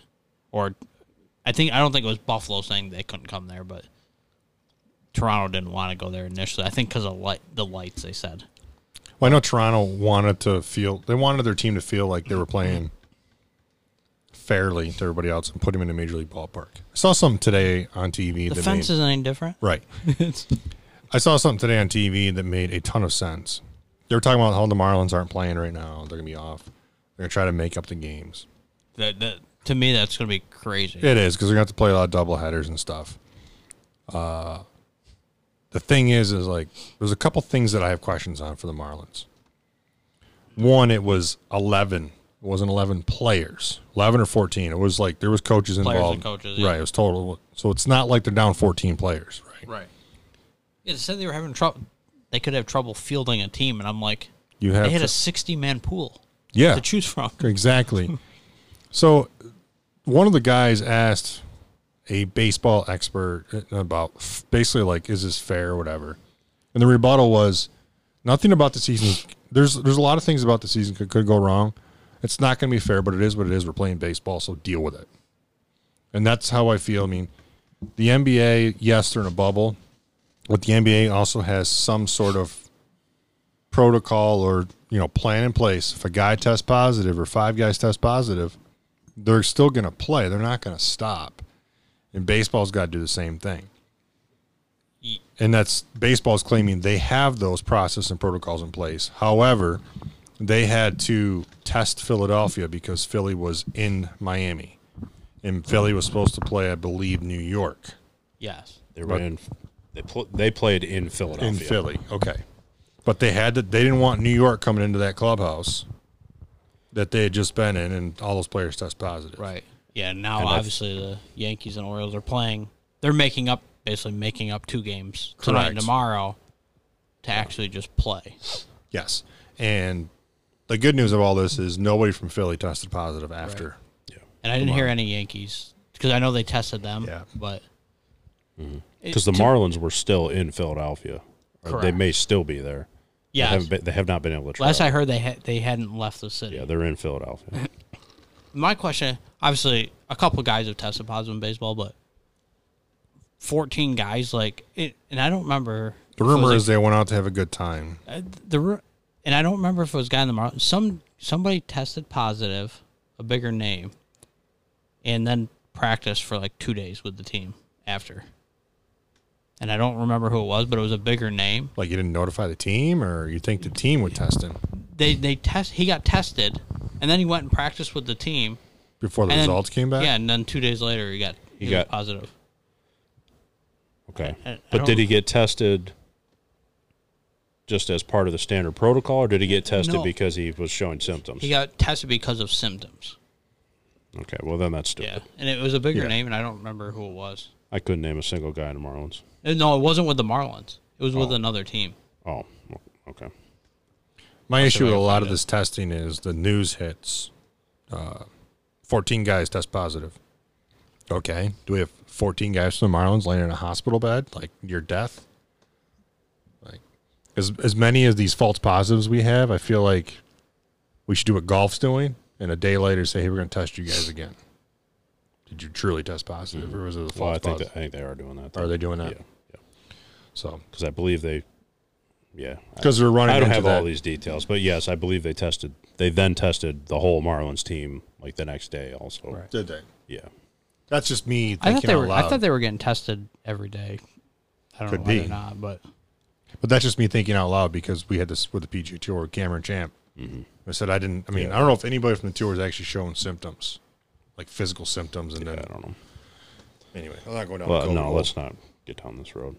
C: or I think I don't think it was Buffalo saying they couldn't come there, but Toronto didn't want to go there initially. I think because of light the lights, they said.
A: Well, I know Toronto wanted to feel they wanted their team to feel like they were playing fairly to everybody else and put them in a major league ballpark. I saw something today on TV
C: The
A: that
C: fence
A: made,
C: isn't any different. *laughs*
A: right. I saw something today on TV that made a ton of sense. They were talking about how the Marlins aren't playing right now; they're gonna be off. They're gonna try to make up the games.
C: That, that to me, that's gonna be crazy.
A: It is because they're gonna have to play a lot of double headers and stuff. Uh, the thing is, is like there's a couple things that I have questions on for the Marlins. One, it was eleven. It wasn't eleven players, eleven or fourteen. It was like there was coaches
C: and
A: involved.
C: coaches, yeah.
A: right? It was total. So it's not like they're down fourteen players, right?
C: Right. Yeah, they said they were having trouble. They could have trouble fielding a team, and I'm like,
A: You have
C: they had
A: to-
C: a 60 man pool
A: Yeah,
C: to choose from.
A: Exactly. so, one of the guys asked a baseball expert about f- basically like, is this fair or whatever, and the rebuttal was, nothing about the season. There's there's a lot of things about the season could, could go wrong. It's not going to be fair, but it is what it is. We're playing baseball, so deal with it. And that's how I feel. I mean, the NBA, yes, they're in a bubble, but the NBA also has some sort of protocol or you know plan in place. If a guy tests positive or five guys test positive, They're still going to play. They're not going to stop. And baseball's got to do the same thing.
C: Ye-
A: And that's baseball's claiming they have those processes and protocols in place. However, they had to test Philadelphia because Philly was in Miami. And Philly was supposed to play, I believe, New York.
C: Yes.
B: They were
A: But-
B: in. They pl- they played in Philadelphia.
A: in Philly. Okay, but they had to. They didn't want New York coming into that clubhouse that they had just been in, and all those players test positive.
C: Right. Yeah. Now,
B: And I-
C: obviously, the Yankees and Orioles are playing. They're making up, basically making up two games tonight and
A: Correct.
C: tomorrow to actually just play.
A: Yes, and the good news of all this is nobody from Philly tested positive after.
C: And I didn't hear any Yankees because I know they tested them.
A: Yeah.
C: But
B: because Mm-hmm. the Marlins were still in Philadelphia. Or They
C: Correct.
B: may still be there. They,
C: yeah,
B: haven't been, they have not been able to.
C: last
B: travel.
C: I heard, they ha- they hadn't left the city.
B: yeah, they're in Philadelphia.
C: My question, obviously, a couple guys have tested positive in baseball, but fourteen guys, like it, and I don't remember.
A: The
C: if it was,
A: rumor
C: like,
A: is they went out to have a good time.
C: Uh, the ru- and I don't remember if it was a guy in the Marlins. Some somebody tested positive, a bigger name, and then practiced for like two days with the team after. And I don't remember who it was, but it was a bigger name.
A: Like you didn't notify the team, or you think the team would test him
C: They they test. He got tested, and then he went and practiced with the team.
A: before the
C: and then-
A: results came back?
C: Yeah, and then two days later he got he,
B: got-
C: got positive.
B: Okay,
C: I- I
B: but
C: don't-
B: did he get tested? Just as part of the standard protocol, or did he get tested
C: No.
B: because he was showing symptoms?
C: He got tested because of symptoms.
B: okay, well then that's stupid.
C: Yeah, and it was a bigger
A: Yeah.
C: name, and I don't remember who it was.
B: I couldn't name a single guy in the Marlins.
C: Uh, No, it wasn't with the Marlins. It was with
B: Oh.
C: another team.
B: Oh, well, okay.
A: My issue with a
C: I
A: lot
C: find
A: of
C: it.
A: this testing is the news hits. Uh, 14 guys test positive. Okay. Do we have 14 guys from the Marlins laying in a hospital bed, like near death? Like, as, as many as these false positives we have, I feel like we should do what golf's doing and a day later say, hey, we're going to test you guys again. Did you truly test positive or was it a false
B: Well, I think
A: positive?
B: that, I think they are doing that.
A: Are they doing
B: Yeah,
A: that?
B: yeah.
A: So,
B: Because I believe they. Yeah, I-
A: because we're running
B: I don't
A: into
B: have
A: that.
B: all these details, but yes, I believe they tested. They then tested the whole Marlins team like the next day, also.
A: Did they?
B: Yeah.
A: That's just me
C: I
A: thinking
C: thought they
A: out
C: were.
A: loud.
C: I thought they were getting tested every day. I don't
A: Could
C: know why
A: be.
C: they're not, but
A: But that's just me thinking out loud because we had this with the PGA Tour, Cameron Champ.
B: Mm-hmm.
A: I said I didn't. I mean, I don't know if anybody from the tour is actually showing symptoms, like physical symptoms, and
B: I
A: then
B: don't know.
A: anyway, I'm not going down.
B: But
A: the COVID
B: no,
A: hole.
B: let's not get down this road.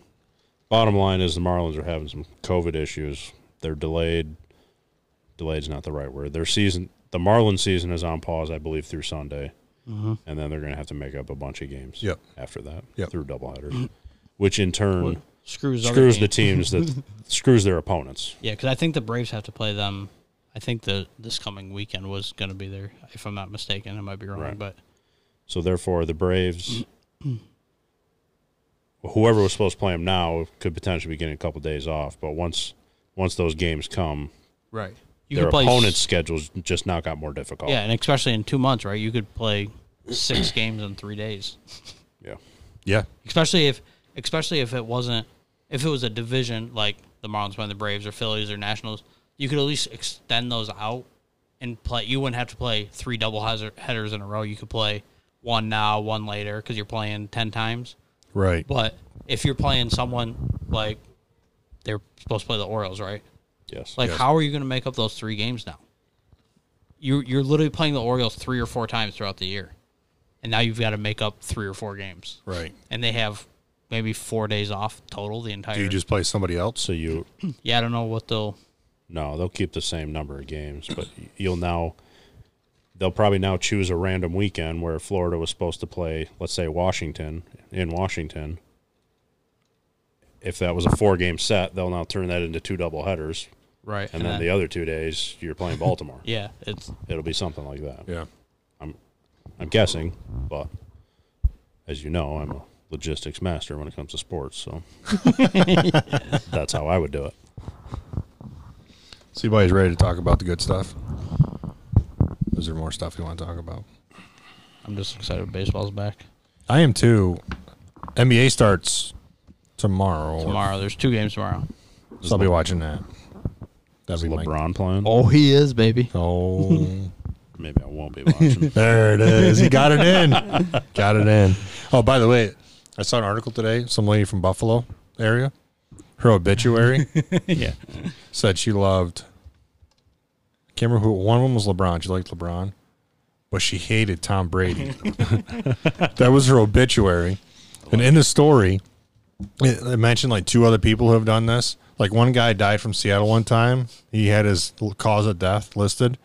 B: Bottom line is the Marlins are having some COVID issues. They're delayed. Delayed's not the right word. Their season, the Marlins season, is on pause, I believe, through Sunday, and then they're going to have to make up a bunch of games.
A: Yep.
B: After that,
A: Yep.
B: through doubleheaders, which in turn
C: screws other
B: screws the
C: teams.
B: teams that screws their opponents.
C: Yeah, because I think the Braves have to play them. I think the this coming weekend was going to be there, if I'm not mistaken. I might be wrong,
B: Right.
C: but
B: So therefore, the Braves, whoever was supposed to play them now, could potentially be getting a couple days off. But once once those games come,
C: right, you
B: their
C: could play s-
B: opponents' schedules just now got more difficult.
C: Yeah, and especially in two months, right? You could play six games in three days,
B: yeah.
A: yeah,
C: especially if especially if it wasn't if it was a division like the Marlins playing the Braves or Phillies or Nationals. You could at least extend those out and play. You wouldn't have to play three double hazard- headers in a row. You could play one now, one later, because you're playing ten times.
A: right.
C: But if you're playing someone like they're supposed to play the Orioles, right?
B: Yes.
C: Like,
A: Yes.
C: how are you going to make up those three games now? You you're literally playing the Orioles three or four times throughout the year, and now you've got to make up three or four games,
A: Right.
C: and they have maybe four days off total the entire.
A: Do you just play somebody else?
B: so you *clears throat*
C: yeah, I don't know what they'll.
B: no, they'll keep the same number of games, but you'll now they'll probably now choose a random weekend where Florida was supposed to play, let's say Washington in Washington. If that was a four game set, they'll now turn that into two double headers.
C: Right,
B: And, then, the other two days you're *laughs* playing Baltimore.
C: yeah, it's
B: It'll be something like that.
A: Yeah.
B: I'm guessing, but as you know, I'm a logistics master when it comes to sports, *laughs* so that's how I would do it.
A: So you guys ready to talk about the good stuff? Is there more stuff you want to talk about?
C: I'm just excited baseball's back
A: I am too. NBA starts tomorrow.
C: tomorrow. There's two games tomorrow.
A: so I'll be watching that. That'll
B: Is
A: be my-
B: LeBron playing? *laughs*
C: Oh, he is, baby.
A: Oh,
B: maybe I won't be *laughs* watching.
A: There it is. He got it in. got it in. Oh, by the way, I saw an article today. Some lady from Buffalo area, her obituary
C: yeah.
A: said she loved. I can't remember who. One of them was LeBron. She liked LeBron, but she hated Tom Brady. *laughs* that was her obituary, and in the story, it, it mentioned Uh, like two other people who have done this. Like one guy died from Seattle one time. He had his l- cause of death listed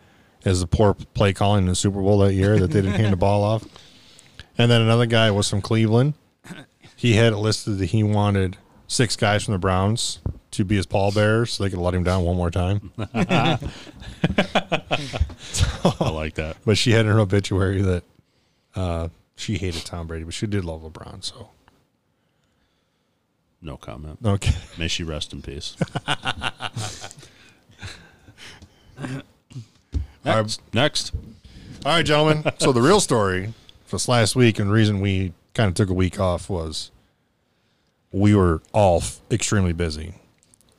A: as the poor play calling in the Super Bowl that year that they didn't hand the ball off. And then another guy was from Cleveland. He had it listed that he wanted six guys from the Browns to be his pallbearers so they could let him down one more time.
B: I like that.
A: But she had in her obituary that uh, she hated Tom Brady, but she did love LeBron. So
B: No comment.
A: okay,
B: May she rest in peace. next, next.
A: all right, gentlemen. So the real story for this last week and the reason we kind of took a week off was we were all f- extremely busy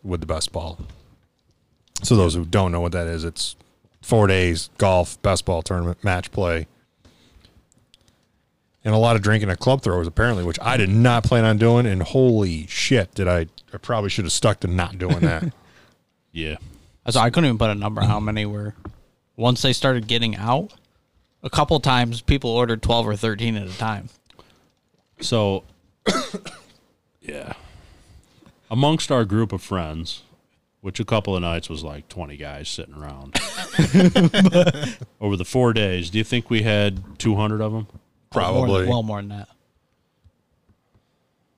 A: with the best ball. So those who don't know what that is, it's four days golf, best ball tournament, match play, and a lot of drinking at club throwers apparently, which I did not plan on doing. And holy shit, did I? I probably should have stuck to not doing that.
B: Yeah.
C: So I couldn't even put a number on how many were. Once they started getting out, a couple times people ordered 12 or 13 at a time.
A: *coughs*
B: So, yeah. Amongst our group of friends, which a couple of nights was like 20 guys sitting around
A: *laughs*
B: over the four days, do you think we had 200 of them?
C: More than-
A: probably,
C: well, more than that.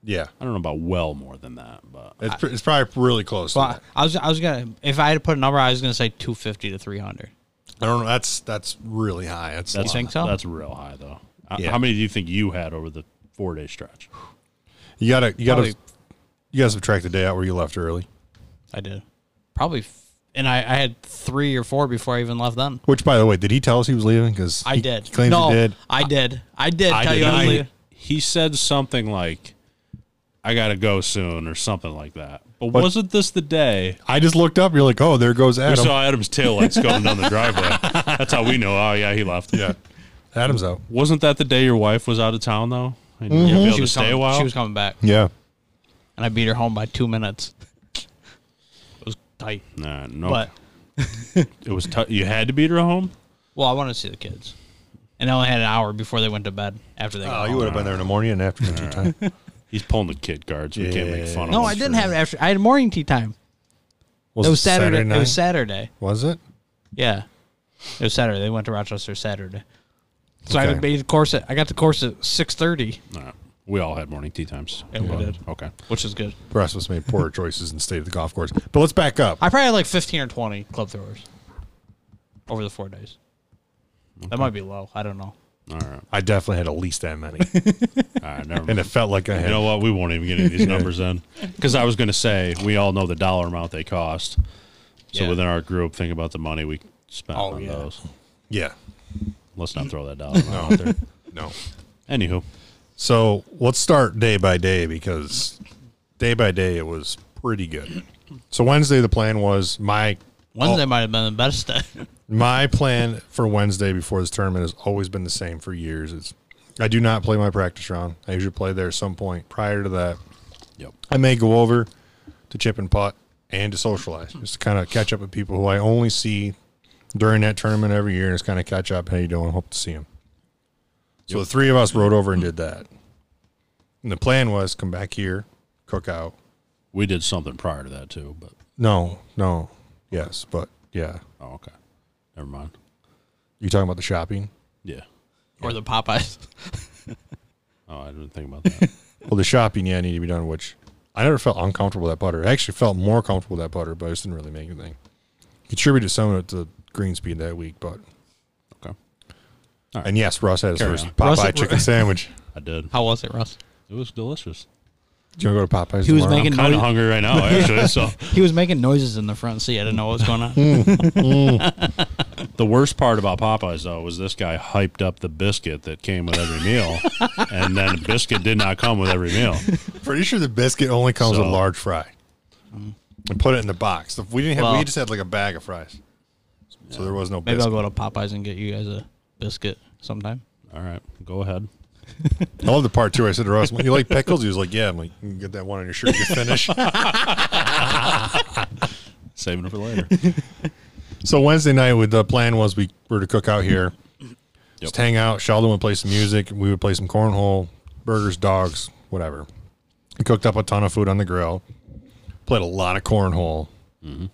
A: yeah.
B: I don't know about well more than that, but
A: It's, pr- it's probably really close. to
C: Well,
A: that.
C: I was, I was gonna. If I had to put a number, I was gonna say 250 to 300.
A: I don't know. That's that's really high. That's,
B: that's,
C: think so?
B: That's real high, though. Uh,
A: Yeah.
B: How many do you think you had over the four day stretch?
A: you gotta you gotta
C: Probably-
A: you gotta subtract the day out where you left early.
C: I did. Probably. F- and I, I had three or four before I even left then.
A: Which, by the way, did he tell us he was leaving? Because
C: I did.
A: He claims
C: no,
A: he did.
C: I did. I did.
A: I
C: tell
A: did
C: you, I was
A: not.
C: leaving.
B: He said something like, I got to go soon or something like that. But
A: What-
B: wasn't this the day?
A: I just looked up. You're like, oh, there goes
B: We
A: Adam.
B: saw Adam's taillights going down the driveway. That's how we know. Oh, yeah, he left.
A: Yeah, Adam's out.
B: Wasn't that the day your wife was out of town though? And you were able
C: Mm-hmm. she
B: to
C: was
B: stay
C: coming,
B: a while.
C: She was coming back,
A: Yeah,
C: and I beat her home by two minutes. It was tight,
B: nah, no,
C: but
B: it was t- you had to beat her home.
C: well, I wanted to see the kids, and I only had an hour before they went to bed. After they,
A: oh,
C: got
A: you
C: home.
A: would have been there in the morning and afternoon tea *laughs* time.
B: He's pulling the kid guards. We can't make fun of.
C: no,
B: him
C: I didn't
B: for-
C: have it after. I had morning tea time. it was Saturday. it was
A: night?
C: Saturday.
A: Was it?
C: Yeah, it was Saturday. They went to Rochester Saturday, so I
A: Okay.
C: had to be the course. At, I got the course at six thirty,
B: Nah, we all had morning tea times.
C: Yeah, we
B: But-
C: did.
B: Okay.
C: which is good.
A: The rest of us made poorer choices and stayed at the golf course. But let's back up.
C: I probably had like fifteen or twenty club throwers over the four days. That might be low. I don't know.
B: All right.
A: I definitely had at least that many,
B: All
C: *laughs*
B: right. Never
A: and
B: mind.
A: it felt like I
B: You
A: had.
B: know what? We won't even get any of these numbers in because I was going to say we all know the dollar amount they cost. So
C: Yeah.
B: within our group, think about the money we spent
C: Oh,
B: on
C: yeah.
B: those.
A: yeah.
B: Let's not throw that dollar
A: *laughs*
B: amount
A: No.
B: out there.
A: No.
B: Anywho,
A: So let's start day by day because day by day it was pretty good. So Wednesday the plan was my
C: Wednesday
A: oh,
C: might have been the best day.
A: my plan for Wednesday before this tournament has always been the same for years. It's I do not play my practice round. I usually play there at some point prior to that.
B: yep.
A: I may go over to chip and putt and to socialize, just to kind of catch up with people who I only see during that tournament every year, and just kind of catch up. How you doing? Hope to see him. So the three of us rode over and did that. And the plan was come back here, cook out.
B: We did something prior to that too, but
A: No, no, yes, but yeah.
B: oh, okay. Never mind.
A: You talking about the shopping?
B: Yeah.
C: *laughs* or the Popeyes. *laughs*
B: Oh, I didn't think about *laughs* that.
A: Well, the shopping, yeah, need to be done. Which I never felt uncomfortable with that putter. I actually felt more comfortable with that putter, but I just didn't really make anything. Contributed some of it to green speed that week, but
B: okay.
A: and yes, Russ had his
B: Carry
A: first
B: on.
A: Popeye
C: Russ- *laughs*
A: chicken sandwich.
B: I did.
C: How was it, Russ?
B: It was delicious.
A: Do you want to go to Popeyes?
C: He was
A: tomorrow?
C: making-
B: Kind of
C: No, you-
B: hungry right *laughs* now, actually. So
C: He was making noises in the front seat. I didn't know what was going
B: *laughs* Hmm.
C: on.
B: the worst part about Popeyes though was this guy hyped up the biscuit that came with every *laughs* meal, and then the biscuit did not come with every meal.
A: Pretty sure the biscuit only comes with
B: So-
A: large fry. And put it in the box. If we didn't have, we
C: Well-
A: just had like a bag of fries. So there was no
C: Maybe I'll
A: biscuit.
C: go to Popeyes and get you guys a biscuit sometime.
B: All right, go ahead.
A: I love the part too. I said to Ross, "You like pickles?" He was like, "Yeah." I'm like, "You can "Get that one on your shirt. You finish."
B: Saving it for later.
A: so Wednesday night, with the plan was we were to cook out
B: *clears throat*
A: here, just hang out. Sheldon would play some music. We would play some cornhole, burgers, dogs, whatever. We cooked up a ton of food on the grill. Played a lot of cornhole.
B: Mm-hmm.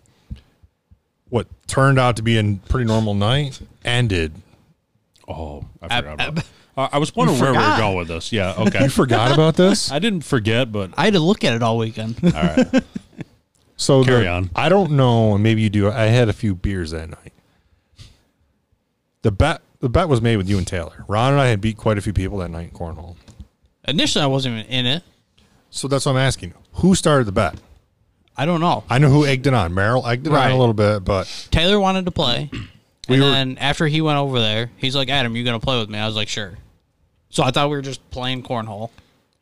A: What turned out to be a pretty normal night ended.
B: *laughs* oh, I forgot. About uh, I was wondering where we
C: forgot.
B: were going with this. Yeah, okay. *laughs*
A: You forgot about this?
B: I didn't forget, but
C: I had to look at it all weekend.
B: all right.
A: So
B: Carry
A: the-
B: on.
A: I don't know, and maybe you do. I had a few beers that night. The bet the bet was made with you and Taylor. Ron and I had beat quite a few people that night in cornhole.
C: *laughs* Initially, I wasn't even in it.
A: So that's what I'm asking. Who started the bet?
C: I don't know.
A: I know who egged it on. Merrill egged it on
C: Right.
A: a little bit,
C: *laughs*
A: but
C: Taylor wanted to
B: *clears throat*
C: play. and
A: were-
C: then after he went over there, he's like, Adam, you going to play with me? I was like, sure. So I thought we were just playing cornhole.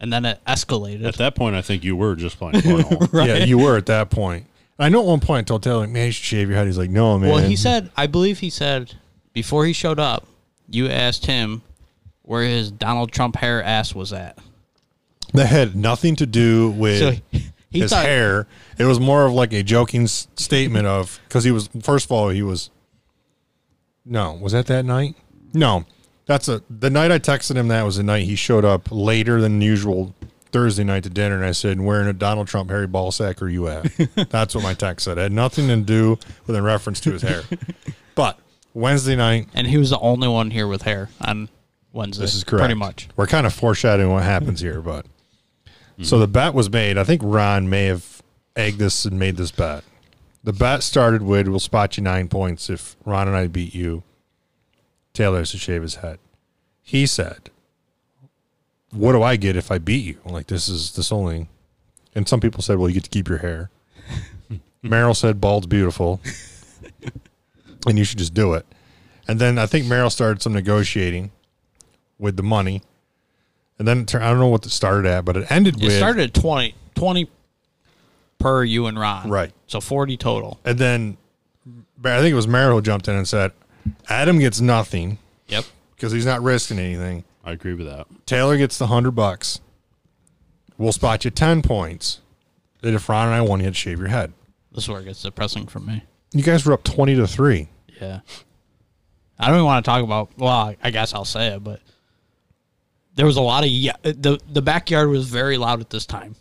C: And then it escalated.
B: At that point, I think you were just playing cornhole. *laughs*
A: yeah, you were at that point. I know at one point I told Taylor, man, you should shave your head. He's like, no, man.
C: Well, he said, I believe he said before he showed up, you asked him where his Donald Trump hair ass was at.
A: that had nothing to do with
C: So he
A: his
C: thought-
A: hair. It was more of like a joking s- statement of because he was first of all he was. No, was that that night? No, that's a the night I texted him. That was the night he showed up later than usual Thursday night to dinner, and I said, "Wearing a Donald Trump Harry ball sack are you
C: *laughs*
A: at?" that's what my text said. It had nothing to do with a reference to his hair. but Wednesday night,
C: And he was the only one here with hair on Wednesday.
A: this is correct.
C: Pretty much.
A: We're kind of foreshadowing what happens here, but so the bet was made. I think Ron may have egged this and made this bet. The bet started with we'll spot you nine points if Ron and I beat you. Taylor has to shave his head. He said, What do I get if I beat you? I'm like, this is this only and some people said, Well, you get to keep your
C: *laughs*
A: hair. Meryl said, Bald's beautiful. and you should just do it. And then I think Meryl started some negotiating with the money. And then it turned, I don't know what it started at, but it ended
C: It
A: with.
C: started at 20, 20 per you and Ron.
A: Right.
C: So 40 total.
A: And then I think it was Merrill who jumped in and said, Adam gets nothing
C: Yep.
A: because he's not risking anything.
B: I agree with that.
A: Taylor gets the 100 bucks. We'll spot you 10 points. That if Ron and I won, you had to shave your head.
C: This is where it gets depressing for me.
A: You guys were up 20 to 3.
C: Yeah. I don't even want to talk about. Well, I- I guess I'll say it, but there was a lot of yeah. The the backyard was very loud at this time,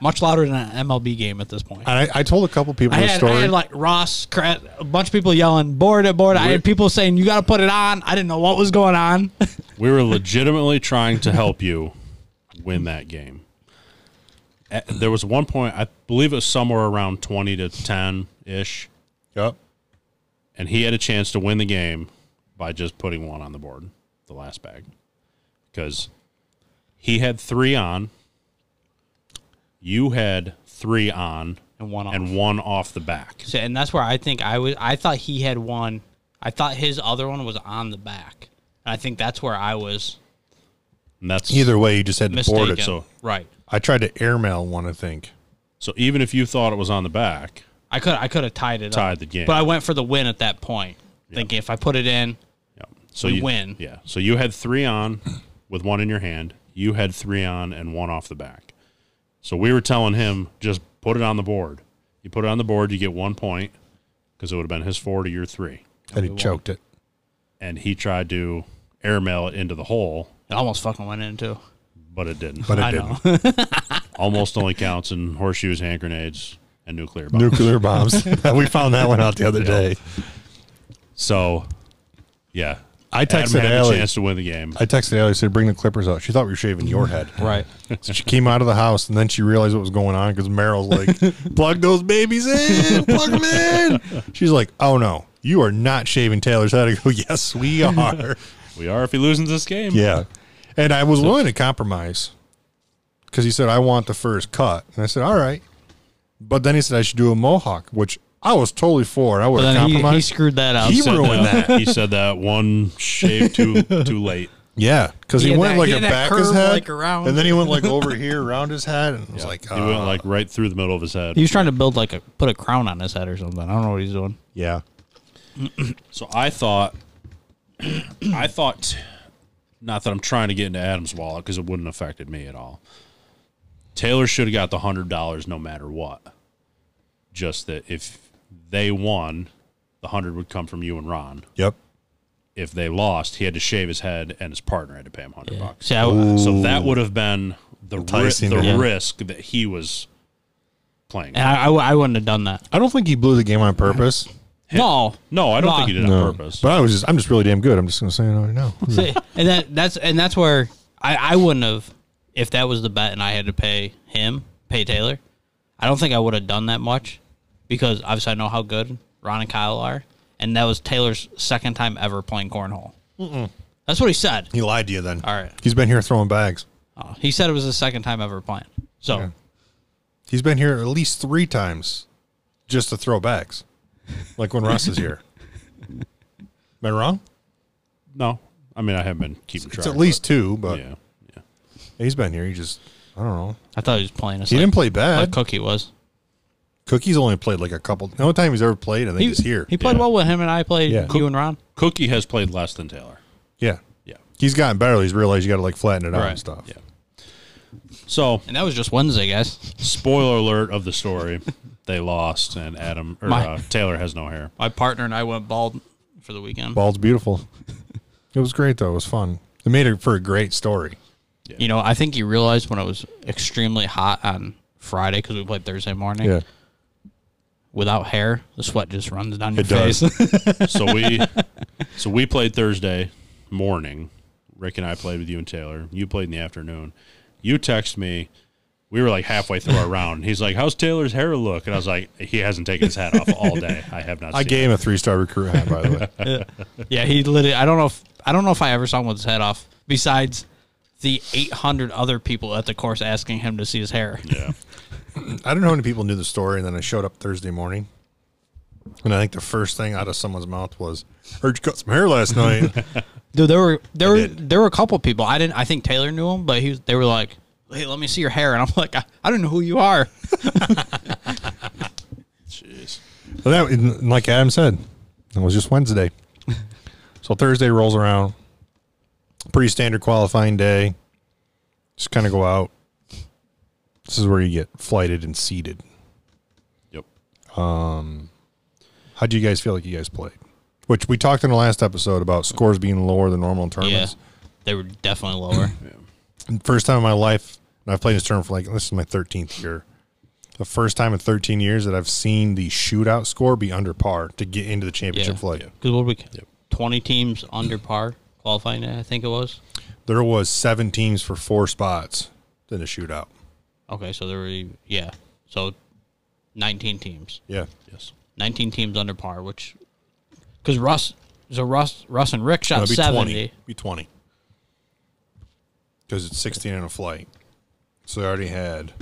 C: much louder than an MLB game at this point. I,
A: And I, I told a couple people this
C: had
A: story.
C: I had like Ross, Krat, a bunch of people yelling, "Board it, board it!" I had people saying, "You got to put it on." I didn't know what was going on. *laughs*
B: We were legitimately trying to help you win that game. At- There was one point, I believe it was somewhere around 20 to 10 ish,
A: yep.
B: and he had a chance to win the game by just putting one on the board, the last bag. Because he had three on, you had three on,
C: And one off.
B: and one off the back.
C: So- and that's where I think I was. I thought he had one. I thought his other one was on the back. And I think that's where I was
B: And that's
A: Either way, you just had to
C: mistaken.
A: board it. So
C: right.
A: I tried to airmail one, I think.
B: So even if you thought it was on the back,
C: I could I could have tied it
B: Tied
C: up,
B: the game.
C: but I went for the win at that point, thinking if I put it in,
B: yeah. So
C: We
B: you
C: win.
B: Yeah. So you had three on with one in your hand. You had three on and one off the back. So we were telling him just put it on the board. You put it on the board, you get one point because it would have been his four to your three.
A: And he choked it.
B: And he tried to airmail it into the hole,
C: it almost fucking went in too.
B: but it didn't.
A: But it
C: I
A: didn't.
C: know.
B: Almost only counts in horseshoes, hand grenades, and nuclear bombs.
A: Nuclear
C: *laughs*
A: bombs. *laughs* we found that one out the other day.
B: so, yeah.
A: I texted
B: Adam had a
A: Allie.
B: chance to win the game.
A: I texted Allie, said, bring the clippers out. She thought we were shaving your head.
C: *laughs* right.
A: So she came out of the house and then she realized what was going on because Meryl's
C: *laughs*
A: like, plug those babies in, plug them in. She's like, oh no, you are not shaving Taylor's head. I go, yes,
C: *laughs*
A: we are.
B: we are if he loses this game.
A: yeah. And I was willing to compromise because he said, I want the first cut. And I said, all right. But then he said, I should do a mohawk, which I was totally for. I would
C: But
A: have
C: then he, he
A: compromised.
C: screwed that up.
A: He
B: said
A: ruined that.
B: He said that one shave too too late.
A: Yeah, because
C: He
A: he,
C: had
A: went
C: that-
A: like
C: he
A: a
C: had that
A: back his
C: curve,
A: head,
C: like, around.
A: and then he went
C: *laughs*
A: like over here around his head, and it was like,
B: he went
A: uh,
B: like right through the middle of his head.
C: he was trying to build like a put a crown on his head or something. I don't know what he's doing.
A: yeah.
B: So I thought, *clears throat* I thought, not that I'm trying to get into Adam's wallet because it wouldn't have affected me at all. Taylor should have got the hundred dollars no matter what. Just that if they won, the hundred would come from you and Ron.
A: Yep.
B: If they lost, he had to shave his head, and his partner had to pay him hundred bucks.
C: See, I w-
B: So that would have been the ri-
A: Enticing
B: the
A: to- Yeah.
B: risk that he was playing.
C: and I, I w- I wouldn't have done that.
A: I don't think he blew the game on purpose.
C: No,
B: No, I don't
C: No.
B: think he did it on purpose.
A: But I was just, I'm just really damn good. I'm just going to say it right
C: *laughs*
A: now.
C: See, and that that's and that's where I, I wouldn't have if that was the bet and I had to pay him, pay Taylor. I don't think I would have done that much because obviously I know how good Ron and Kyle are, and that was Taylor's second time ever playing cornhole. That's what he said.
A: He lied to you then.
C: All right,
A: He's been here throwing bags.
C: Uh, he said it was the second time ever playing. So
A: He's been here at least three times just to throw bags, like when Russ is here. Am I wrong?
B: No, I mean I haven't been keeping track.
A: It's at
B: but-
A: least two, but
B: yeah, yeah.
A: he's been here. He just, I don't know.
C: I thought he was playing. us
A: He
C: like,
A: didn't play bad.
C: like Cookie was.
A: Cookie's only played like a couple. The only time he's ever played, I think, is here.
C: He played
B: Yeah.
C: well with him and I played
A: Yeah.
C: you and Ron.
B: Cookie has played less than Taylor.
A: yeah.
B: Yeah,
A: He's gotten better. He's realized you got to like flatten it out
C: Right.
A: and stuff.
B: yeah. So,
C: And that was just Wednesday, guys.
B: spoiler alert of the story: they lost, and Adam or
C: My-
B: uh, Taylor has no hair.
C: My partner and I went bald for the weekend.
A: Bald's beautiful. it was great, though. It was fun. It made it for a great story.
C: You know, I think you realized when it was extremely hot on Friday because we played Thursday morning.
A: Yeah.
C: Without hair, the sweat just runs down your
A: It does.
C: face. *laughs*
B: So we, *laughs* so we played Thursday morning. Rick and I played with you and Taylor. You played in the afternoon. You text me. We were like halfway through our round. and He's like, "How's Taylor's hair look?" And I was like, "He hasn't taken his hat off all day. I have not."
A: I
B: seen
A: gave him a three star recruit hat, by *laughs* the way.
C: yeah, he literally. I don't know if I don't know if I ever saw him with his head off. Besides the 800 other people at the course asking him to see his hair.
B: it. Yeah.
A: I don't know how many people knew the story, and then I showed up Thursday morning. And I think the first thing out of someone's mouth was, "Heard you cut some hair last night."
C: Dude, there were there were
A: did.
C: there were a couple people. I didn't. I think Taylor knew him, but he was, they were like, "Hey, let me see your hair," and I'm *laughs* like, "I, I don't know who you are."
B: Jeez.
A: Well, that, and like Adam said, it was just Wednesday. so Thursday rolls around, pretty standard qualifying day. Just kind of go out. This is where you get flighted and seated.
B: Yep.
A: How do you guys feel like you guys played? Which we talked in the last episode about scores being lower than normal in
C: yeah,
A: tournaments.
C: they were definitely lower.
A: And First time in my life, and I've played this tournament for like this is my thirteenth year. The first time in thirteen years that I've seen the shootout score be under par to get into the championship
C: Yeah.
A: flight.
C: Because what we twenty teams under par qualifying, I think it was.
A: There was seven teams for four spots in the shootout.
C: Okay, so there were yeah, so nineteen teams,
A: Yeah.
B: Yes.
C: nineteen teams under par, which because Russ, so Russ, Russ and Rick shot
A: That'd be
C: seventy.
A: twenty. Be twenty. Because it's sixteen in a flight. So they already had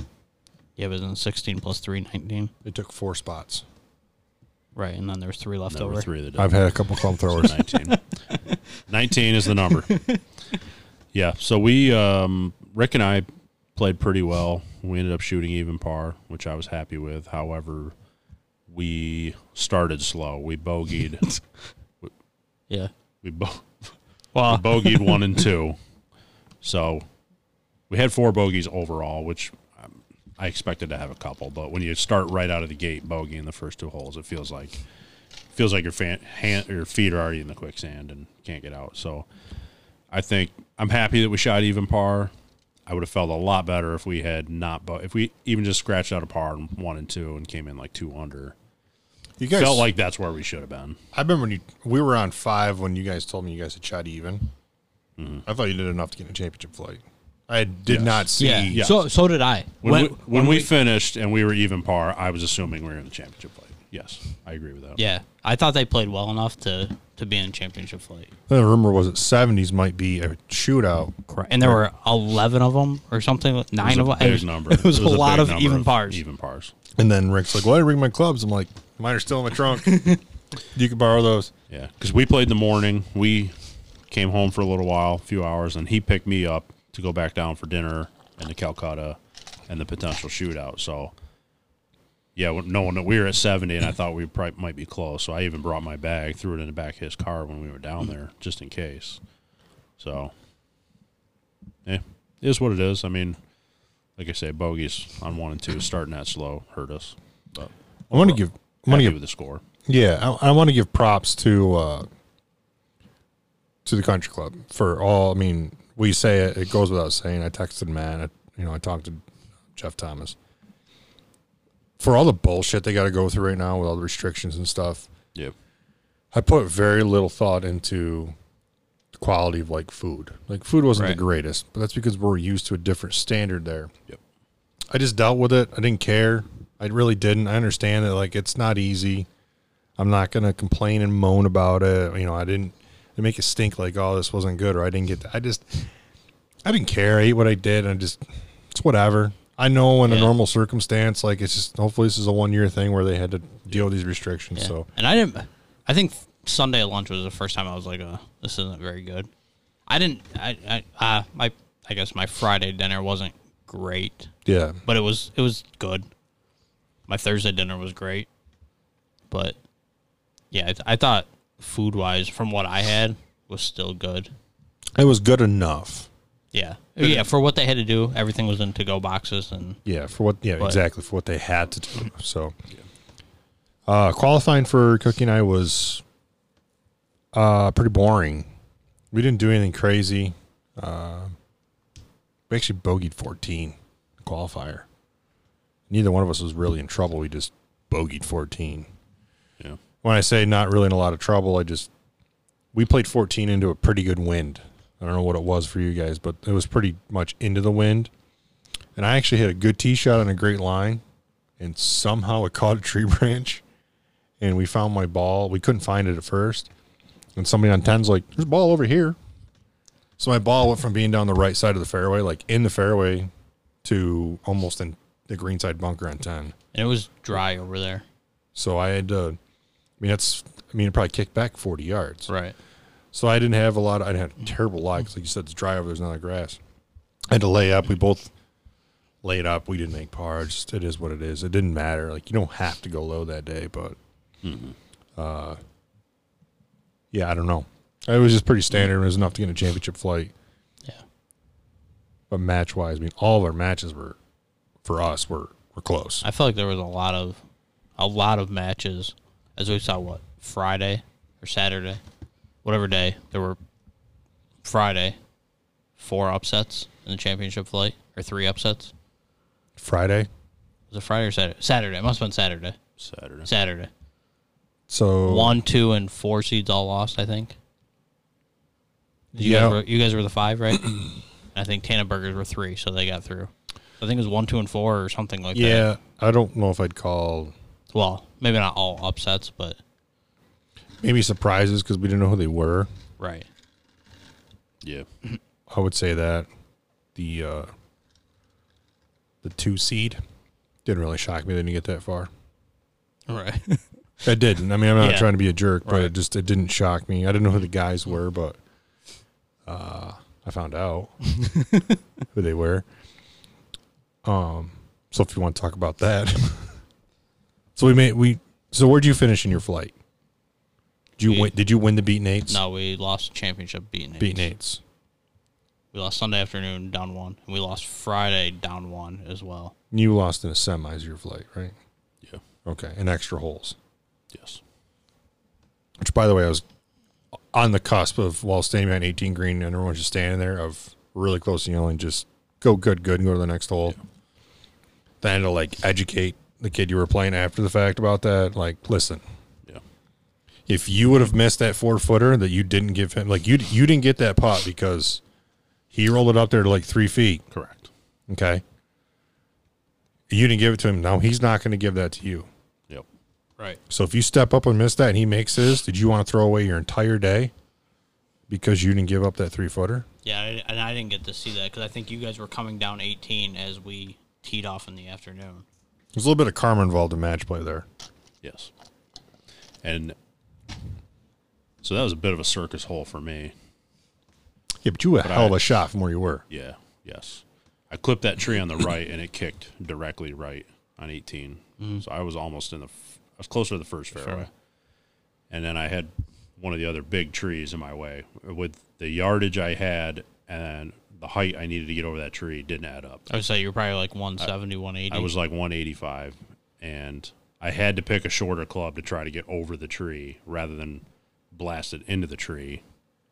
C: Yeah, but then sixteen plus three, 19.
A: it took four spots.
C: Right, and then there was three left
B: There
C: over.
B: were three that did.
A: I've had a couple thumb throwers.
B: 19. 19 is the number. Yeah. So we, um, Rick and I played pretty well. We ended up shooting even par, which I was happy with. However, we started slow. We bogeyed.
C: Yeah.
B: we, bo-
C: Well,
B: we bogeyed one and two. So we had four bogeys overall, which um, I expected to have a couple. But when you start right out of the gate bogeying the first two holes, it feels like feels like your fan, hand, your feet are already in the quicksand and can't get out. So I think I'm happy that we shot even par. I would have felt a lot better if we had not, but if we even just scratched out a par and one and two and came in like two under,
A: You guys
B: felt like that's where we should have been.
A: I remember when you we were on five when you guys told me you guys had shot even.
C: Mm-hmm.
A: I thought you did enough to get in a championship flight. I did not see.
C: yeah. So so did I.
B: When, we, when, we, finished and we were even par, I was assuming we were in the championship play. Yes, I agree with that.
C: yeah, I thought they played well enough to to be in championship flight.
A: The rumor was that seventies might be a shootout.
C: Correct. And there were eleven of them or something, like
B: it was
C: nine
B: a
C: of them.
B: big
C: it was,
B: number.
C: *laughs* It was, a, lot
B: big
C: of
B: number
C: even pars.
B: Even pars.
A: And then Rick's like, "Well, I didn't bring my clubs." I'm like, "Mine are still in my
C: *laughs*
A: trunk. you can borrow those."
B: Yeah, because we played in the morning. We came home for a little while, a few hours, and he picked me up to go back down for dinner and the Calcutta and the potential shootout. So yeah, well, no one. We were at seventy, and I thought we probably might be close. So I even brought my bag, threw it in the back of his car when we were down there, just in case. So, yeah, it is what it is. I mean, like I say, bogeys on one and two, starting that slow hurt us. But
A: I want to give. I want
B: happy
A: to give.
B: with the score.
A: Yeah, I, I want to give props to uh, to the country club for all. I mean, we say it. It goes without saying. I texted Matt. I, you know, I talked to Jeff Thomas. For all the bullshit they got to go through right now with all the restrictions and stuff,
B: Yep.
A: I put very little thought into the quality of like food. Like food wasn't
C: Right.
A: the greatest, but that's because we're used to a different standard there.
B: Yep.
A: I just dealt with it. I didn't care. I really didn't. I understand that like it's not easy. I'm not gonna complain and moan about it. You know, I didn't I make it stink like oh this wasn't good or I didn't get. That. I just I didn't care. I ate what I did. And I just it's whatever. I know in a
C: Yeah.
A: normal circumstance, like it's just hopefully this is a one year thing where they had to deal with these restrictions.
C: Yeah.
A: So
C: and I didn't. I think Sunday lunch was the first time I was like, uh, "This isn't very good." I didn't. I, I uh, my I guess my Friday dinner wasn't great,
A: yeah,
C: but it was it was good. My Thursday dinner was great, but yeah, I, th- I thought food wise, from what I had, was still good.
A: it was good enough.
C: Yeah, yeah, for what they had to do, everything was in to go boxes and
A: Yeah, for what? Yeah,
C: But-
A: exactly for what they had to do. So, uh, qualifying for Cookie and I was uh, pretty boring. We didn't do anything crazy. Uh, we actually bogeyed fourteen qualifier. Neither one of us was really in trouble. We just bogeyed fourteen.
B: Yeah.
A: When I say not really in a lot of trouble, I just we played fourteen into a pretty good wind. I don't know what it was for you guys, but it was pretty much into the wind and I actually hit a good tee shot on a great line, and somehow it *laughs* caught a tree branch, and we found my ball. We couldn't find it at first, and somebody on ten's like, "There's a ball over here," so my ball went from being down the right side of the fairway, like in the fairway, to almost in the green side bunker on ten.
C: and it was dry over there.
A: So I had to. I mean, that's. I mean, it probably kicked back forty yards.
C: Right.
A: So I didn't have a lot. Of, I had a terrible lie 'cause like you said, it's dry over there's not a lot of grass. I had to lay up. We both laid up. We didn't make par. It's Just, it is what it is. It didn't matter. Like you don't have to go low that day, but uh,
C: Mm-hmm.
A: yeah, I don't know. It was just pretty standard. It was enough to get a championship flight.
C: Yeah.
A: But match wise, I mean, all of our matches were for us were were close.
C: I feel like there was a lot of a lot of matches as we saw what Friday or Saturday, whatever day there were. Friday, four upsets in the championship flight or three upsets.
A: Friday,
C: Was it Friday or Saturday? Saturday. It must have been Saturday.
B: Saturday.
C: Saturday.
A: so
C: One, two, and four seeds all lost. I think. You
A: Yeah.
C: guys were you guys were the five, right? *clears throat* I think Tannenbergers were three, so they got through. I think it was one, two, and four, or something like that.
A: yeah, I don't know if I'd call
C: Well, maybe not all upsets, but
A: maybe surprises because we didn't know who they were.
C: right.
B: Yeah.
A: I would say that the uh, the two seed didn't really shock me. They didn't get that far.
C: Right.
A: It didn't. I mean, I'm not
C: Yeah.
A: trying to be a jerk, but
B: Right.
A: it just it didn't shock me. I didn't know who the guys were, but uh, I found out
C: *laughs*
A: who they were. Um, so if you want to talk about that, *laughs* so we made we so where'd you finish in your flight? Did you
C: We-
A: win? Did you win the beaten eights?
C: *laughs* No, we lost championship beating A's.
A: beaten eights.
C: We lost Sunday afternoon down one, and we lost Friday down one as well.
A: You lost in a semis your flight, right?
B: Yeah.
A: Okay, and extra holes.
B: Yes.
A: which by the way, I was on the cusp of while standing behind 18 green and everyone's just standing there of really close to yelling, just go good, good, and go to the next hole. Then I had to like educate the kid you were playing after the fact about that. Like, listen,
B: Yeah.
A: if you would have missed that four footer that you didn't give him, like you you didn't get that putt because he rolled it up there to like three feet.
B: Correct.
A: Okay, you didn't give it to him. Now he's not going to give that to you.
B: Yep.
C: Right.
A: So if you step up and miss that and he makes his, did you want to throw away your entire day because you didn't give up that three footer?
C: Yeah, I, and I didn't get to see that because I think you guys were coming down 18 as we teed off in the afternoon.
A: There's a little bit of karma involved in match play there.
B: Yes. And so that was a bit of a circus hole for me.
A: Yeah, but you were a hell of
B: I-
A: a shot from where you were.
B: Yeah. Yes. I clipped that tree on the right and it kicked directly right on 18. So I was almost in the, f- I was closer to the first fairway. And then I had one of the other big trees in my way with the yardage I had and the height I needed to get over that tree didn't add up.
C: I would say you're probably like 170, 180.
B: I was like 185, and I had to pick a shorter club to try to get over the tree rather than blast it into the tree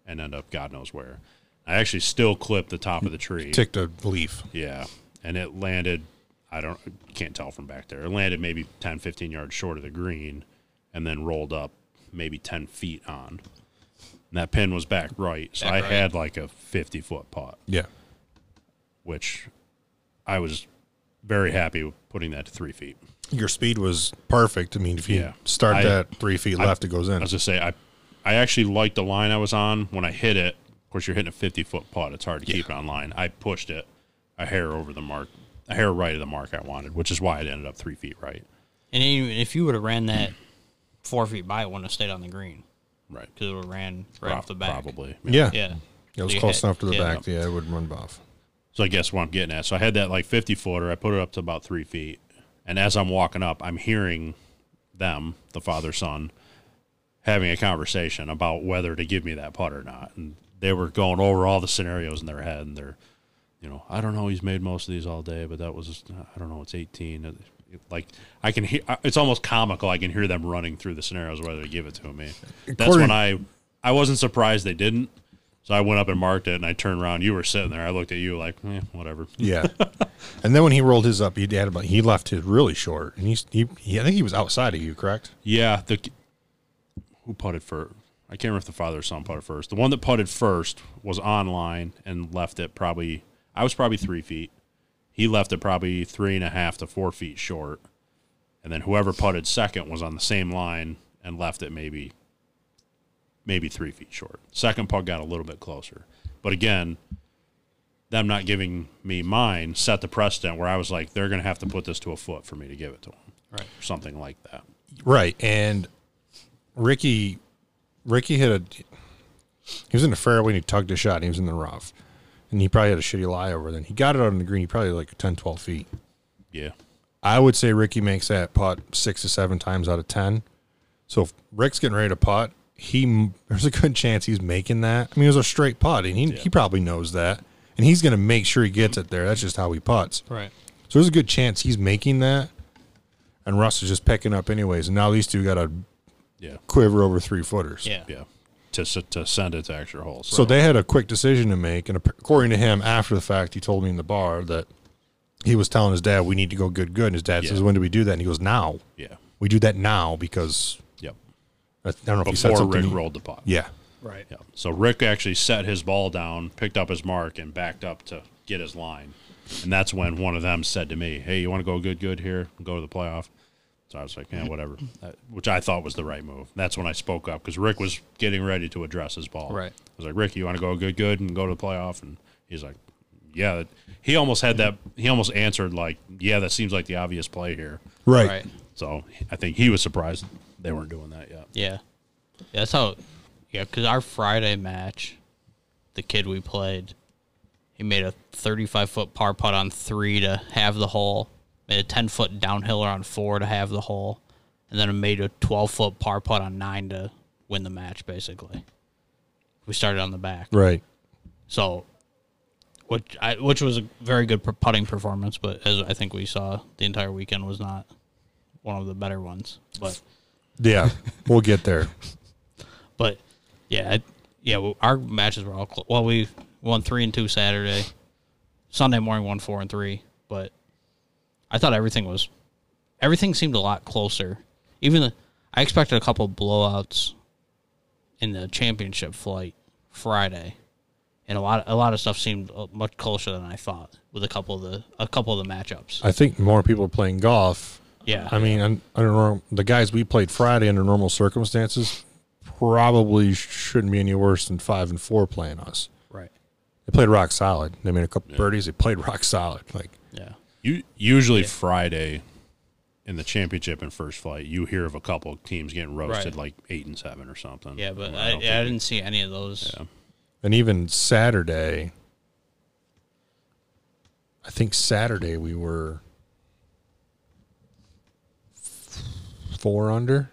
B: and end up God knows where. I actually still clipped the top of the tree.
A: Ticked a leaf.
B: Yeah, and it landed. I don't can't tell from back there. It landed maybe 10, 15 yards short of the green, and then rolled up maybe 10 feet on. And that pin was back right, so
C: Back
B: I
C: right.
B: had like a 50 foot putt
A: Yeah.
B: which I was very happy with putting that to three feet.
A: Your speed was perfect. I mean, if you
B: Yeah.
A: start
B: I-
A: that three feet left, it goes
B: I
A: in.
B: was gonna say I, I actually liked the line I was on when I hit it. Of course, you're hitting a 50 foot putt; it's hard to keep it on line. I pushed it a hair over the mark, a hair right of the mark I wanted, which is why it ended up three feet right.
C: and even if you would have ran that four feet by, it wouldn't have stayed on the green
B: Right,
C: because it would have ran right off the back.
B: probably.
A: Yeah.
C: Yeah.
A: It was
C: You
A: close
C: hit-
A: enough to the
C: yeah.
A: back. Yeah, it wouldn't run off.
B: So I guess what I'm getting at. So I had that like 50 footer. I put it up to about three feet, and as I'm walking up, I'm hearing them, the father son, having a conversation about whether to give me that putt or not. And they were going over all the scenarios in their head, and they're, you know, I don't know. He's made most of these all day, but that was I don't know. It's 18. Like I can hear. It's almost comical. I can hear them running through the scenarios whether to give it to me. That's
A: According-
B: when I I wasn't surprised they didn't. So I went up and marked it, and I turned around. You were sitting there. I looked at you like, eh, whatever. *laughs*
A: Yeah. and then when he rolled his up, he had about he left his really short, and he's he, he I think he was outside of you, correct?
B: Yeah, the who putted first? I can't remember if the father or son putted first. The one that putted first was online and left it probably. I was probably three feet. He left it probably three and a half to four feet short, and then whoever putted second was on the same line and left it maybe, maybe three feet short. Second putt got a little bit closer, but again, them not giving me mine set the precedent where I was like, they're going to have to put this to a foot for me to give it to them,
C: Right.
B: or something like that.
A: Right. And Ricky Ricky hit a he was in the fairway and he tugged a shot and he was in the rough. And he probably had a shitty lie over then. He got it out on the green, he probably like 10, 12 feet.
B: Yeah.
A: I would say Ricky makes that putt six to seven times out of ten. So if Rick's getting ready to putt, he there's a good chance he's making that. I mean, it was a straight putt, and he, he probably knows that, and he's going to make sure he gets it there. That's just how he putts.
C: Right.
A: So there's a good chance he's making that, and Russ is just picking up anyways. And now these two got a
B: Yeah.
A: quiver over three footers.
C: Yeah.
B: Yeah. To, s- to send it to extra holes.
A: So they had a quick decision to make, and ap- according to him, after the fact, he told me in the bar that he was telling his dad, "We need to go good, good." And his dad
B: Yeah.
A: says, "When do we do that?" And he goes, "Now."
B: yeah.
A: we do that now because
B: Yep.
A: I don't know if he said
B: Before
A: something.
B: Rick rolled the putt.
A: Yeah,
C: Right.
B: Yep. So Rick actually set his ball down, picked up his mark, and backed up to get his line. And that's when one of them said to me, Hey, you want to go good, good here? Go to the playoff. So I was like, Yeah, whatever. That- which I thought was the right move. That's when I spoke up because Rick was getting ready to address his ball.
C: Right.
B: I was like, Rick, you want to go good, good and go to the playoff? And he's like, Yeah. He almost had that. He almost answered, like, Yeah, that seems like the obvious play here.
A: right.
C: Right.
B: So I think he was surprised they weren't doing that yet.
C: Yeah. Yeah, that's how. Yeah, because our Friday match, the kid we played, he made a 35 foot par putt on three to have the hole, made a 10 foot downhiller on four to have the hole, and then made a 12 foot par putt on nine to win the match, basically. We started on the back.
A: Right.
C: So, which I, which was a very good per- putting performance, but as I think we saw the entire weekend was not one of the better ones. But
A: Yeah, we'll get there.
C: but yeah, I, yeah, well, our matches were all close. Well, we won three and two Saturday, Sunday morning won four and three. But I thought everything was, everything seemed a lot closer. Even the, I expected a couple blowouts in the championship flight Friday, and a lot a lot of stuff seemed uh, much closer than I thought with a couple of the a couple of the matchups.
A: I think more people are playing golf.
C: Yeah.
A: I mean, un- under normal, the guys we played Friday under normal circumstances probably shouldn't be any worse than five and four playing us.
C: right.
A: They played rock solid. They made a couple birdies. They played rock solid. Like
C: Yeah.
B: You usually Friday in the championship and first flight, you hear of a couple of teams getting roasted
C: Right.
B: like eight and seven or something.
C: Yeah, but
B: mean,
C: I, I,
B: don't think-
C: didn't see any of those.
A: And even Saturday, I think Saturday we were four under,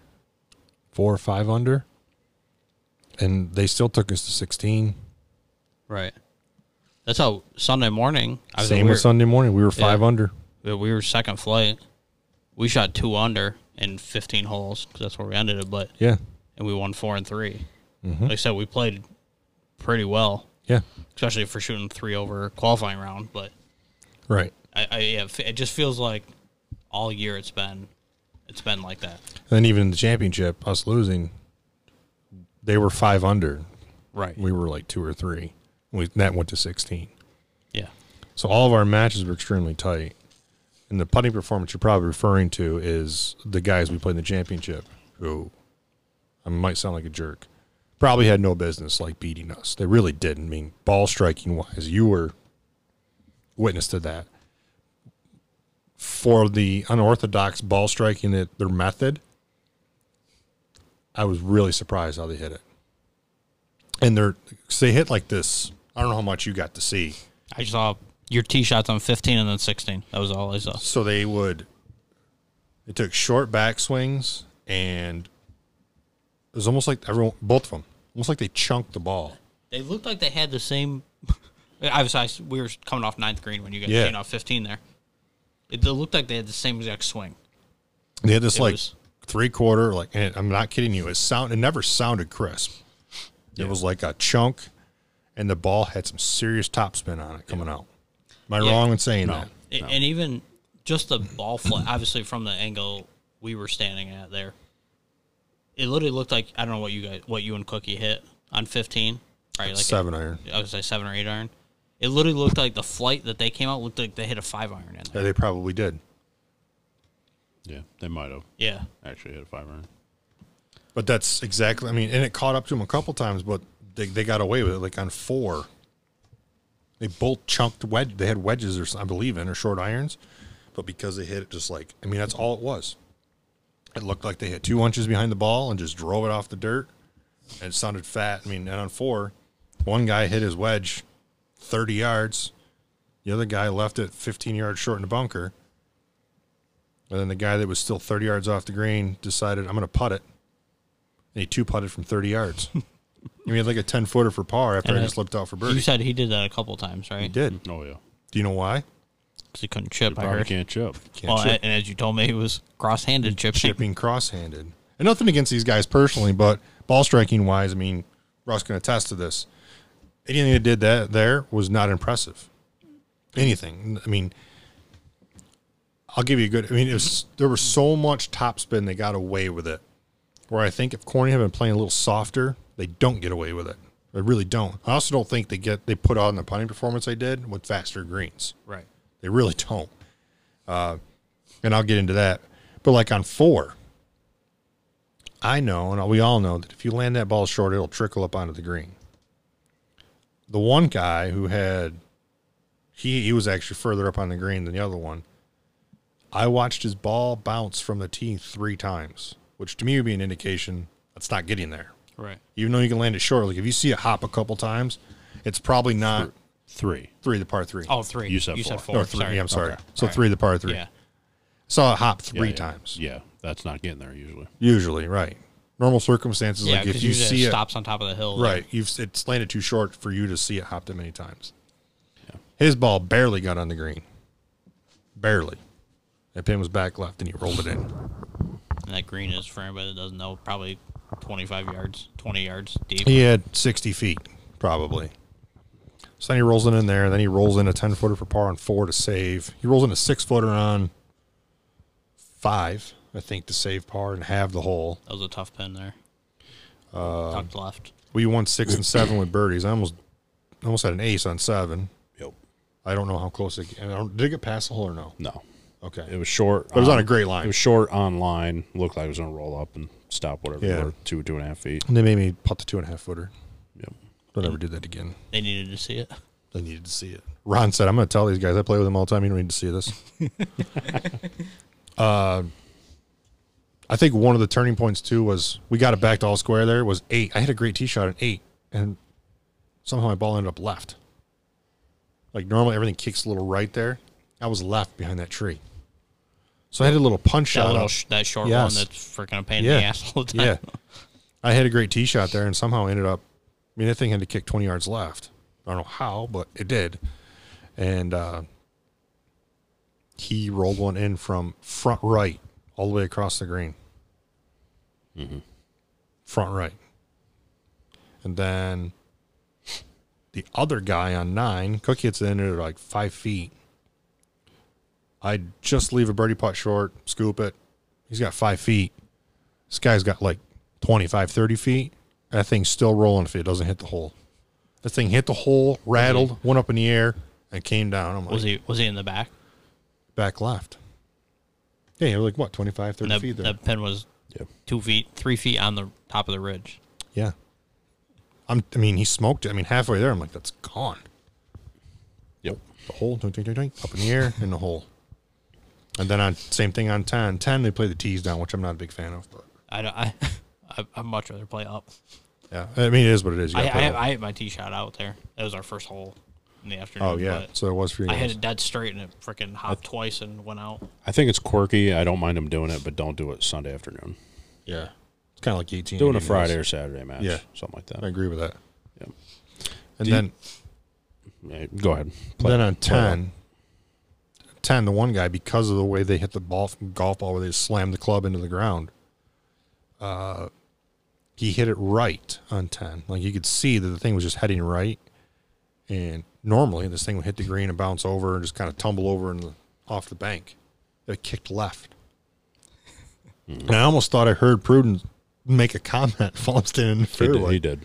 A: four or five under, and they still took us to sixteen.
C: Right. That's how Sunday morning. I was
A: Same
C: we were,
A: with Sunday morning, we were five
C: Yeah.
A: under.
C: We were second flight. We shot two under in 15 holes because that's where we ended it. But
A: Yeah,
C: and we won four and 3 Like I said, we played pretty well,
A: yeah,
C: especially for shooting three over qualifying round. But
A: right.
C: I, I yeah, it just feels like all year it's been, it's been like that.
A: And then even in the championship, us losing, they were five under.
C: Right.
A: We were like two or three. We that went to sixteen.
C: Yeah.
A: So all of our matches were extremely tight. And the putting performance you're probably referring to is the guys we played in the championship who I might sound like a jerk. Probably had no business like beating us. They really didn't. I mean, ball striking wise, you were witness to that. For the unorthodox ball striking that their method, I was really surprised how they hit it. And they're 'cause they hit like this. I don't know how much you got to see.
C: I saw your tee shots on 15 and then 16. That was all I saw.
A: So they would. They took short back swings, and it was almost like everyone, both of them, almost like they chunked the ball.
C: They looked like they had the same. *laughs* I was, I, we were coming off ninth green when you guys
A: Yeah.
C: came off 15 there. It, they looked like they had the same exact swing.
A: They had this
C: It
A: like
C: was-
A: three quarter, like and I'm not kidding you. It sound it never sounded crisp. It was like a chunk, and the ball had some serious topspin on it coming out. Am I
C: Yeah.
A: wrong in saying that?
C: A- And even just the ball flight, obviously from the angle we were standing at there, it literally looked like I don't know what you guys, what you and Cookie hit on 15, right? Like
A: Seven iron.
C: I would say seven or eight iron. It literally looked like the flight that they came out looked like they hit a five iron in
A: Yeah,
C: there.
A: they probably did.
B: Yeah, they might have
C: Yeah,
B: actually hit a five iron.
A: But that's exactly. I mean, and it caught up to them a couple times, but they, they got away with it. Like on four, they both chunked wedge. They had wedges, or s- I believe, in or short irons, but because they hit it just like I mean, that's all it was. It looked like they hit two inches behind the ball and just drove it off the dirt, and it sounded fat. I mean, and on four, one guy hit his wedge thirty yards, the other guy left it fifteen yards short in the bunker. And then the guy that was still 30 yards off the green decided, I'm going to putt it and he two putted from 30 yards. *laughs* he made like a 10 footer for par after
C: And
A: I
C: I-
A: just slipped out for
C: you
A: birdie.
C: said he did that a couple times,
A: He
C: right?
A: did.
B: Oh yeah,
A: Do you know why?
C: Because he couldn't chip. I
B: probably
C: heard.
B: can't chip.
A: Can't
C: Well,
A: chip.
C: and as you told me, he was cross-handed chipping.
A: Chipping cross handed. And nothing against these guys personally, but ball striking wise, I mean, Ross can attest to this. Anything that did that there was not impressive. Anything. I mean, I'll give you a good. I mean, it was there was so much topspin they got away with it. Where I think if Corning had been playing a little softer, they don't get away with it. They really don't. I also don't think they get they put on the punting performance they did with faster greens.
C: Right.
A: They really don't. Uh, and I'll get into that. But like on four, I know, and we all know that if you land that ball short, it'll trickle up onto the green. The one guy who had, he he was actually further up on the green than the other one. I watched his ball bounce from the tee three times, which to me would be an indication that's not getting there.
C: Right.
A: Even though you can land it short, like if you see it hop a couple times, it's probably not
B: Three.
A: three the par three.
C: Oh, three.
B: You said four.
A: Or three.
C: Sorry.
A: Yeah, I'm sorry.
B: Okay.
A: So three the par three.
C: Yeah.
A: Saw it hop three
B: Yeah, yeah.
A: times.
B: Yeah, that's not getting there usually.
A: Usually, right. Normal circumstances,
C: Yeah,
A: like
C: because
A: if you
C: usually
A: see
C: it
A: it,
C: stops on top of the hill. there.
A: right, you've it's landed too short for you to see it hop that many times. His ball barely got on the green, barely. That pin was back left, and he rolled it in.
C: And that green is for anybody that doesn't know, probably 25 yards, 20 yards deep.
A: He had sixty feet probably. So then he rolls it in there, and then he rolls in a ten footer for par on four to save. He rolls in a six footer on five, I think, to save par and have the hole.
C: That was a tough pin there.
A: Um,
C: Tucked left.
A: We won six and seven with birdies. I almost almost had an ace on seven.
B: Yep.
A: I don't know how close it. I don't, did it get past the hole or no?
B: No,
A: Okay.
B: it was short. It
A: was on a great line.
B: It was short on line. Looked like it was gonna roll up and stop whatever.
A: Yeah.
B: Yeah. two two and a half feet.
A: And they made me putt the two and a half footer.
B: Yep.
A: Don't
B: Mm.
A: ever do that again.
C: They needed to see it.
A: They needed to see it. Ron said, "I'm going to tell these guys I play with them all the time. You don't need to see this." uh, I think one of the turning points too was we got it back to all square. There was eight. I had a great tee shot at eight, and somehow my ball ended up left. Like normally, everything kicks a little right there. I was left behind that tree, So I had a little punch
C: That
A: shot.
C: little
A: up.
C: sh- that short
A: Yes.
C: one that's freaking a pain in
A: Yeah.
C: the ass all the time.
A: yeah, I had a great tee shot there, and somehow ended up. I mean, that thing had to kick twenty yards left. I don't know how, but it did. And uh, he rolled one in from front right all the way across the green. Front right, and then the other guy on nine, Cook hits in at like five feet. I just leave a birdie putt short, scoop it. He's got five feet. This guy's got like 25, 30 feet. That thing's still rolling if it doesn't hit the hole. That thing hit the hole, rattled, went up in the air, and came down. I'm like,
C: Was he was he in the back?
A: back left. Yeah, you're like, what, 25, 30
C: That,
A: feet there?
C: that pin was
B: Yeah.
C: two feet, three feet on the top of the ridge.
A: Yeah. I'm, I mean, he smoked it. I mean, halfway there, I'm like, that's gone.
B: Yep.
A: the hole, doink, doink, doink, doink, up in the air, in the hole. And then on same thing on 10. 10, they play the tees down, which I'm not a big fan of. But
C: I don't. I, *laughs* I I'd much rather play up.
A: yeah, I mean, it is what it is. You
C: I
A: gotta play
C: I,
A: it.
C: I hit my tee shot out there. That was our first hole in the afternoon.
A: oh, yeah.
C: but
A: So it was for you.
C: I
A: guys.
C: hit it dead straight and it freaking hopped twice and went out.
B: I think it's quirky. I don't mind him doing it, but don't do it Sunday afternoon.
A: yeah. It's kind of like 18.
B: Doing a
A: 18
B: Friday
A: is.
B: or Saturday match.
A: Yeah.
B: Something like
A: I
B: that.
A: agree with that.
B: Yep.
A: And
B: Do you-
A: then,
B: Yeah, Go ahead.
A: then on
B: play well.
A: 10, 10, the one guy, because of the way they hit the ball, golf ball where they slammed the club into the ground, uh, he hit it right on 10. Like you could see that the thing was just heading right. And normally this thing would hit the green and bounce over and just kind of tumble over and off the bank. It kicked left.
B: Hmm.
A: And I almost thought I heard Prudence make a comment *laughs* while I'm standing in the
B: He did,
A: fairway.
B: he did.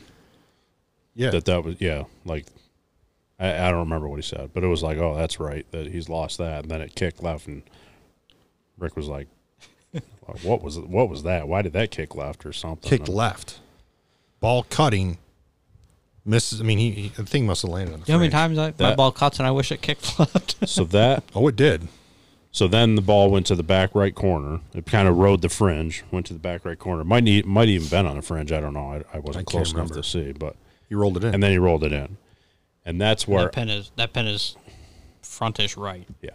A: Yeah.
B: That that was yeah. Like I, I don't remember what he said, but it was like, oh, that's right. That he's lost that, and then it kicked left, and Rick was like, like, what was what was that? Why did that kick left or something?
A: kicked
B: And-
A: left, ball cutting, misses. I mean, he, he- the thing must have landed on the
C: You know how many
A: frame.
C: times I, my
B: That-
C: ball cuts and I wish it kicked *laughs* left?
B: So that
A: Oh, it did.
B: So then the ball went to the back right corner. It kind of rode the fringe, went to the back right corner. Might need, might even been on the fringe. I don't know. I, I wasn't
A: I can't
B: close enough
A: remember.
B: to see, but
A: He rolled it in.
B: and then he rolled it in, and that's where
C: that pin is that pin is frontish right.
B: yeah,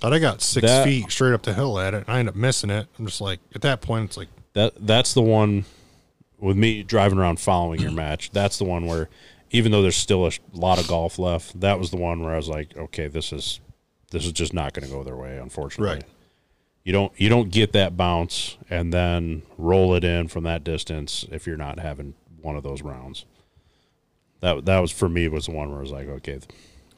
A: but I got six
B: That-
A: feet straight up the hill at it, and I end up missing it. I'm just like, at that point, it's like,
B: that that's the one with me driving around following your match. That's the one where even though there's still a sh- lot of golf left, that was the one where I was like, okay, this is this is just not going to go their way, unfortunately.
A: Right.
B: You don't you don't get that bounce and then roll it in from that distance if you're not having one of those rounds. That that was for me was the one where I was like, okay, th-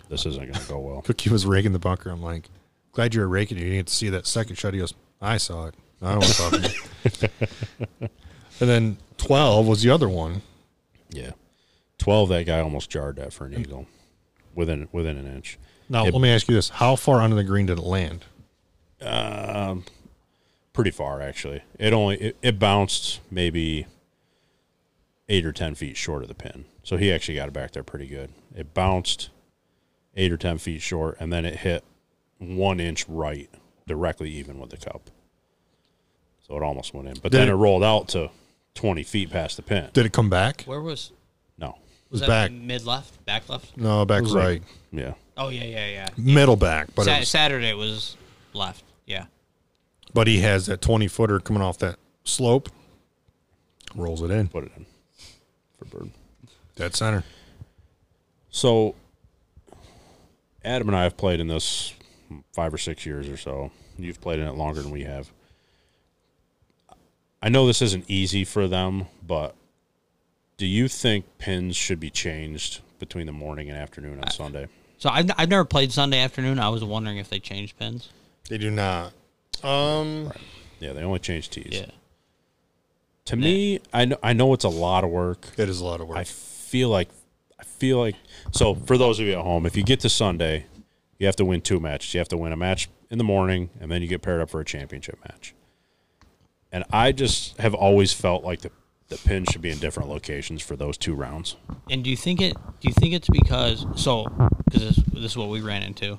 B: this isn't going to go well.
A: Cookie was raking the bunker. I'm like, glad you're raking it. You didn't see that second shot. He goes, I saw it. I don't want to talk to you.
B: *laughs*
A: And then 12 was the other one.
B: yeah, twelve. That guy almost jarred that for an eagle, within within an inch.
A: Now,
B: It-
A: let me ask you this How far under the green did it land?
B: pretty far actually. It only it, it bounced maybe eight or ten feet short of the pin, so he actually got it back there pretty good. It bounced eight or ten feet short, and then it hit one inch right, directly even with the cup. So it almost went in, but then
A: Did
B: it
A: it-
B: rolled out to twenty feet past the pin.
A: Did it come back? It
C: Where was
B: No,
A: was
C: that
A: back.
C: mid left, back left?
A: No, back
B: like-
A: right.
B: yeah,
C: Oh yeah, yeah, yeah.
A: Middle back. But it
C: Sa-
A: was,
C: Saturday was left. Yeah.
A: but he has that 20 footer coming off that slope, rolls it in,
B: put it in for bird.
A: dead center.
B: So, Adam and I have played in this five or six years or so. You've played in it longer than we have. I know this isn't easy for them, but do you think pins should be changed between the morning and afternoon on Sunday?
C: So I've, I've never played Sunday afternoon. I was wondering if they changed pins.
A: They do not. Um,
B: Yeah, they only change tees.
C: Yeah.
B: To me, I know I know it's a lot of work.
A: it is a lot of work.
B: I feel like I feel like so for those of you at home, if you get to Sunday, you have to win two matches. You have to win a match in the morning and then you get paired up for a championship match. And I just have always felt like the the pin should be in different locations for those two rounds.
C: And do you think it? Do you think it's because so? Because this, this is what we ran into.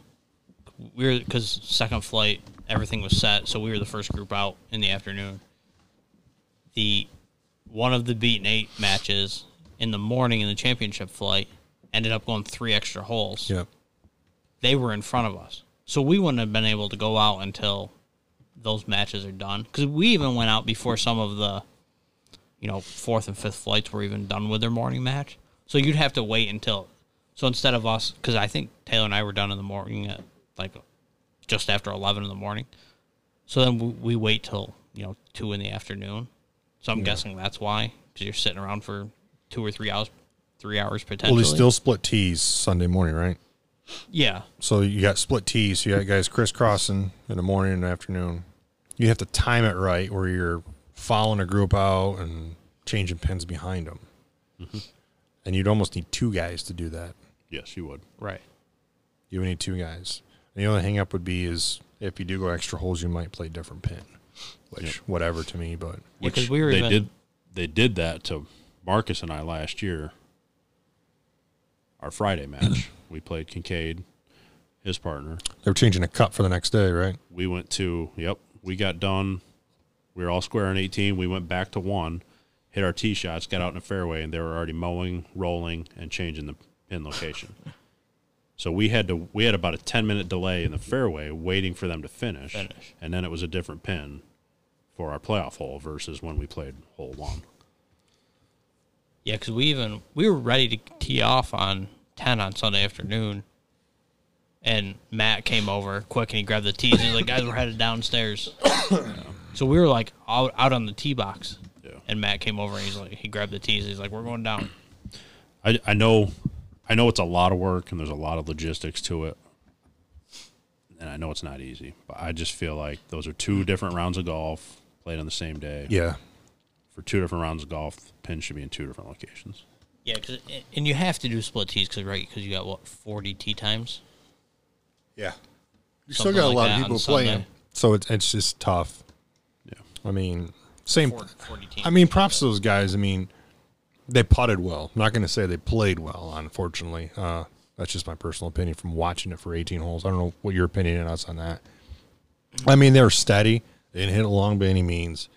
C: We were because second flight, everything was set, so we were the first group out in the afternoon. The one of the beaten eight matches in the morning in the championship flight ended up going three extra holes.
A: yeah.
C: They were in front of us, so we wouldn't have been able to go out until those matches are done. Because we even went out before some of the, you know, fourth and fifth flights were even done with their morning match. So you'd have to wait until. So instead of us, because I think Taylor and I were done in the morning at like just after 11 in the morning. So then we, we wait till, you know, 2 in the afternoon. So I'm guessing that's why, because you're sitting around for two or three hours, three hours potentially.
A: Well, they still split tees Sunday morning, right?
C: yeah.
A: So you got split tees. So you got guys crisscrossing in the morning and afternoon. You have to time it right where you're following a group out and changing pins behind them. Mm-hmm. And you'd almost need two guys to do that.
B: Yes, you would.
C: Right.
A: You would need two guys. And the only hang up would be is if you do go extra holes, you might play different pin, which whatever to me, but
C: Yeah,
B: Which
C: 'cause we were
B: they
C: even-
B: did they did that to Marcus and I last year. Our Friday match, we played Kincaid, his partner.
A: they were changing a cup for the next day, right?
B: We went to yep, we got done. We were all square on 18. We went back to one, hit our tee shots, got out in the fairway, and they were already mowing, rolling, and changing the pin location. so we had to we had about a 10 minute delay in the fairway waiting for them to finish,
C: Finish.
B: and then it was a different pin for our playoff hole versus when we played hole one.
C: Yeah, because we even we were ready to tee off on ten on Sunday afternoon, and Matt came over quick and he grabbed the tees. He's like, "Guys, we're headed downstairs." *coughs* so we were like out, out on the tee box,
B: Yeah.
C: and Matt came over and he's like, he grabbed the tees. He's like, "We're going down."
B: I, I know I know it's a lot of work and there's a lot of logistics to it. And I know it's not easy, but I just feel like those are two different rounds of golf played on the same day.
A: Yeah.
B: For two different rounds of golf, the pin should be in two different locations.
C: Yeah, cause, and you have to do split tees because right because you got what forty tee times.
A: Yeah. You
C: Something like that on Sunday.
A: So it's, it's just tough.
B: Yeah.
A: I mean, same.
C: 40, 40 teams.
A: I mean, props to those guys. I mean, they putted well. I'm not going to say they played well, unfortunately. Uh, that's just my personal opinion from watching it for 18 holes. I don't know what your opinion is on that. I mean, they were steady. They didn't hit it long by any means.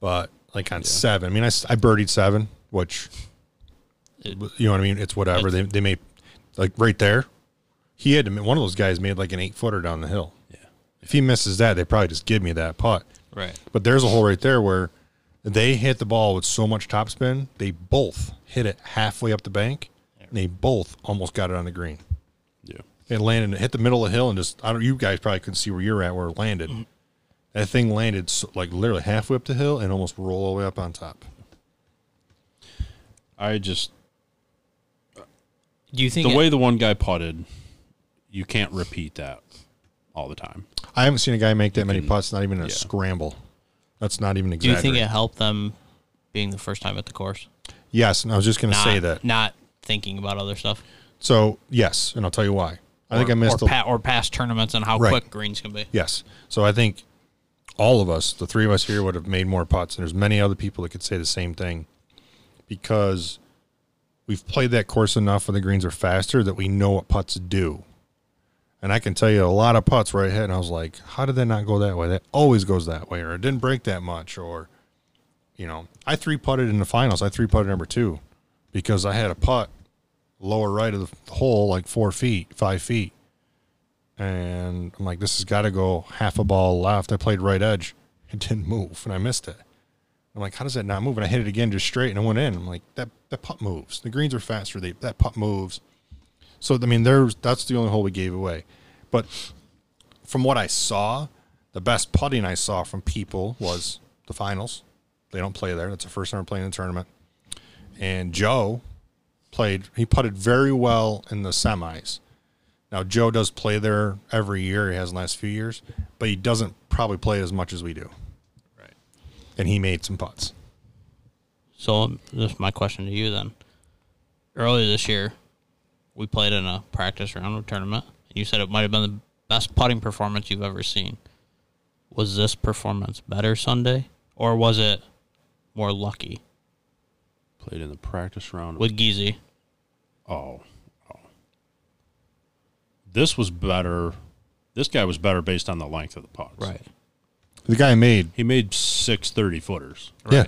A: But, like, on seven, I mean, I, s- I birdied seven, which,
C: It-
A: you know what I mean? It's whatever. they, they made, like, right there, he had to, ma- one of those guys made like an eight footer down the hill.
B: Yeah.
A: If he misses that, they probably just give me that putt.
C: right?
A: But there's a hole right there where they hit the ball with so much topspin, they both hit it halfway up the bank, and they both almost got it on the green.
B: Yeah.
A: It landed, it hit the middle of the hill, and just I don't. You guys probably couldn't see where you're at where it landed. That thing landed so, like literally halfway up the hill and almost rolled all the way up on top.
B: I just
C: Do you think
B: the
C: it-
B: way the one guy putted, you can't repeat that all the time.
A: I haven't seen a guy make that many putts, not even in a scramble. That's not even
C: do you
A: exaggerating.
C: think it helped them being the first time at the course?
A: yes, and I was just going to
C: Not,
A: say that.
C: not thinking about other stuff.
A: So yes, and I'll tell you why. I think I missed.
C: or,
A: a-
C: pa- or past tournaments and how
A: Right.
C: quick greens can be.
A: Yes. So I think all of us, the three of us here, would have made more putts. And there's many other people that could say the same thing because we've played that course enough when the greens are faster that we know what putts do. And I can tell you a lot of putts where I hit, and I was like, how did that not go that way? That always goes that way, or it didn't break that much, or, you know, I three putted in the finals. I three putted number two because I had a putt lower right of the hole, like four feet, five feet and I'm like, this has got to go half a ball left. I played right edge. It didn't move, and I missed it. I'm like, how does that not move? And I hit it again just straight, and it went in. I'm like, that that putt moves. The greens are faster. They, that putt moves. So I mean, there's that's the only hole we gave away. But from what I saw, the best putting I saw from people was the finals. They don't play there. That's the first time I'm playing in the tournament. And Joe played. He putted very well in the semis. Now Joe does play there every year. He has in the last few years, but he doesn't probably play as much as we do.
B: Right.
A: And he made some putts.
C: So um, this is my question to you then. Earlier this year, we played in a practice round of tournament. You said it might have been the best putting performance you've ever seen. Was this performance better Sunday, or was it more lucky
B: Played in the practice round.
C: with Geezy?
B: oh, oh. This was better. This guy was better based on the length of the putts.
A: The guy made
B: He made six 30 footers.
A: yeah.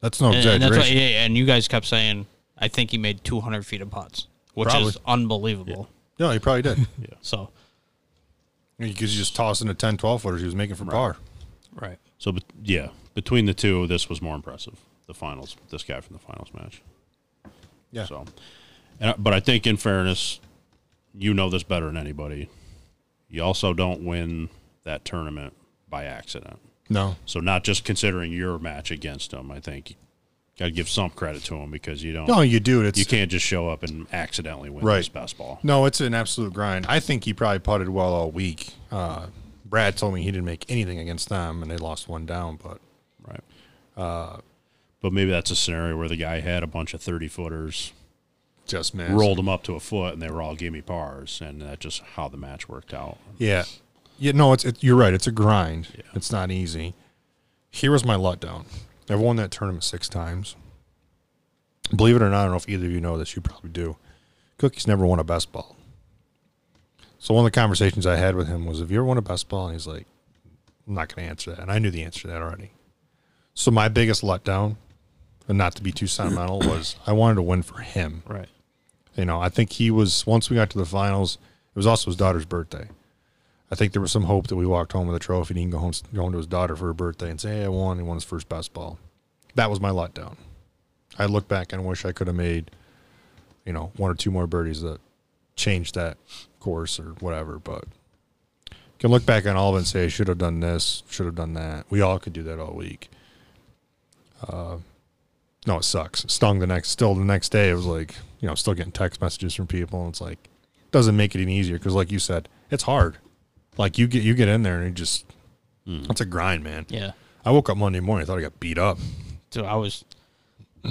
A: That's no
C: and, and
A: exaggeration.
C: that's what, yeah, and you guys kept saying, "I think he made 200 feet of putts," which
A: Probably.
C: is unbelievable.
A: no, *laughs* he probably did.
C: So
A: Because you just toss in a 10, 12 footer he was making for par.
C: Right.
B: So, but, yeah, between the two, this was more impressive. The finals, this guy from the finals match.
A: Yeah.
B: So, and, I- but I think in fairness, you know this better than anybody. You also don't win that tournament by accident.
A: No.
B: So, not just considering your match against him, I think you got to give some credit to him because you don't.
A: No, you do it. It's
B: You can't just show up and accidentally win
A: Right.
B: this best ball.
A: No, it's an absolute grind. I think he probably putted well all week. Uh, Brad told me he didn't make anything against them, and they lost one down. But
B: Right. Uh, but maybe that's a scenario where the guy had a bunch of 30 footers,
A: just missed.
B: rolled them up to a foot, and they were all gimme pars. And that's just how the match worked out.
A: Yeah, yeah. No, it's it, you're right. It's a grind. It's not easy. Here was my letdown. I've won that tournament six times. Believe it or not, I don't know if either of you know this. You probably do. Cookie's never won a best ball. So one of the conversations I had with him was, "Have you ever won a best ball?" And he's like, "I'm not going to answer that." And I knew the answer to that already. So my biggest letdown, and not to be too sentimental, was I wanted to win for him.
B: Right.
A: You know, I think he was once we got to the finals. It was also his daughter's birthday. I think there was some hope that we walked home with a trophy and he can go home, go home to his daughter for her birthday and say, "Hey, I won. He won his first best ball." That was my letdown. I look back and wish I could have made, you know, one or two more birdies that changed that course or whatever. But can look back on all of it and say I should have done this, should have done that. We all could do that all week. Uh, no, it sucks. It stung the next. Still, the next day, it was like you know, still getting text messages from people, and it's like doesn't make it any easier because, like you said, it's hard. Like you get you get in there and you just that's a grind, man.
C: Yeah.
A: I woke up Monday morning, I thought I got beat up.
C: So I was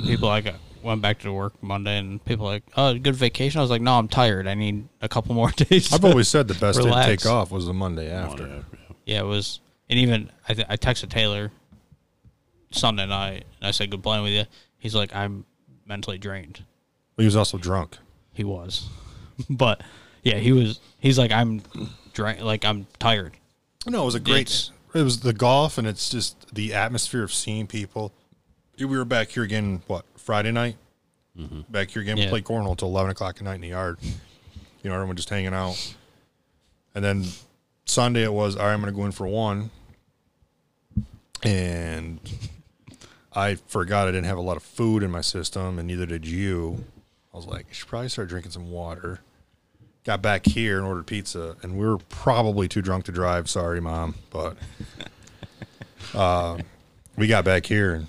C: people like I went back to work Monday and people like, "Oh, good vacation." I was like, "No, I'm tired. I need a couple more *laughs* days."
A: I've always said the best day to
C: Relax.
A: take off was the Monday after.
B: After.
C: yeah, it was, and even I, th- I texted Taylor Sunday night and I said, "Good playing with you." He's like, "I'm mentally drained."
A: He was also drunk.
C: He was, *laughs* but yeah, he was. He's like, "I'm drained. Like I'm tired."
A: No, it was a great.
C: It's-
A: it was the golf, and it's just the atmosphere of seeing people. We were back here again. What Friday night? Back here again. We
C: Yeah.
A: played cornhole until eleven o'clock at night in the yard. You know, everyone just hanging out. And then Sunday it was. All right, I'm going to go in for one. And I forgot I didn't have a lot of food in my system, and neither did you. I was like, I should probably start drinking some water got back here and ordered pizza, and we were probably too drunk to drive. Sorry, mom, but *laughs* uh, we got back here and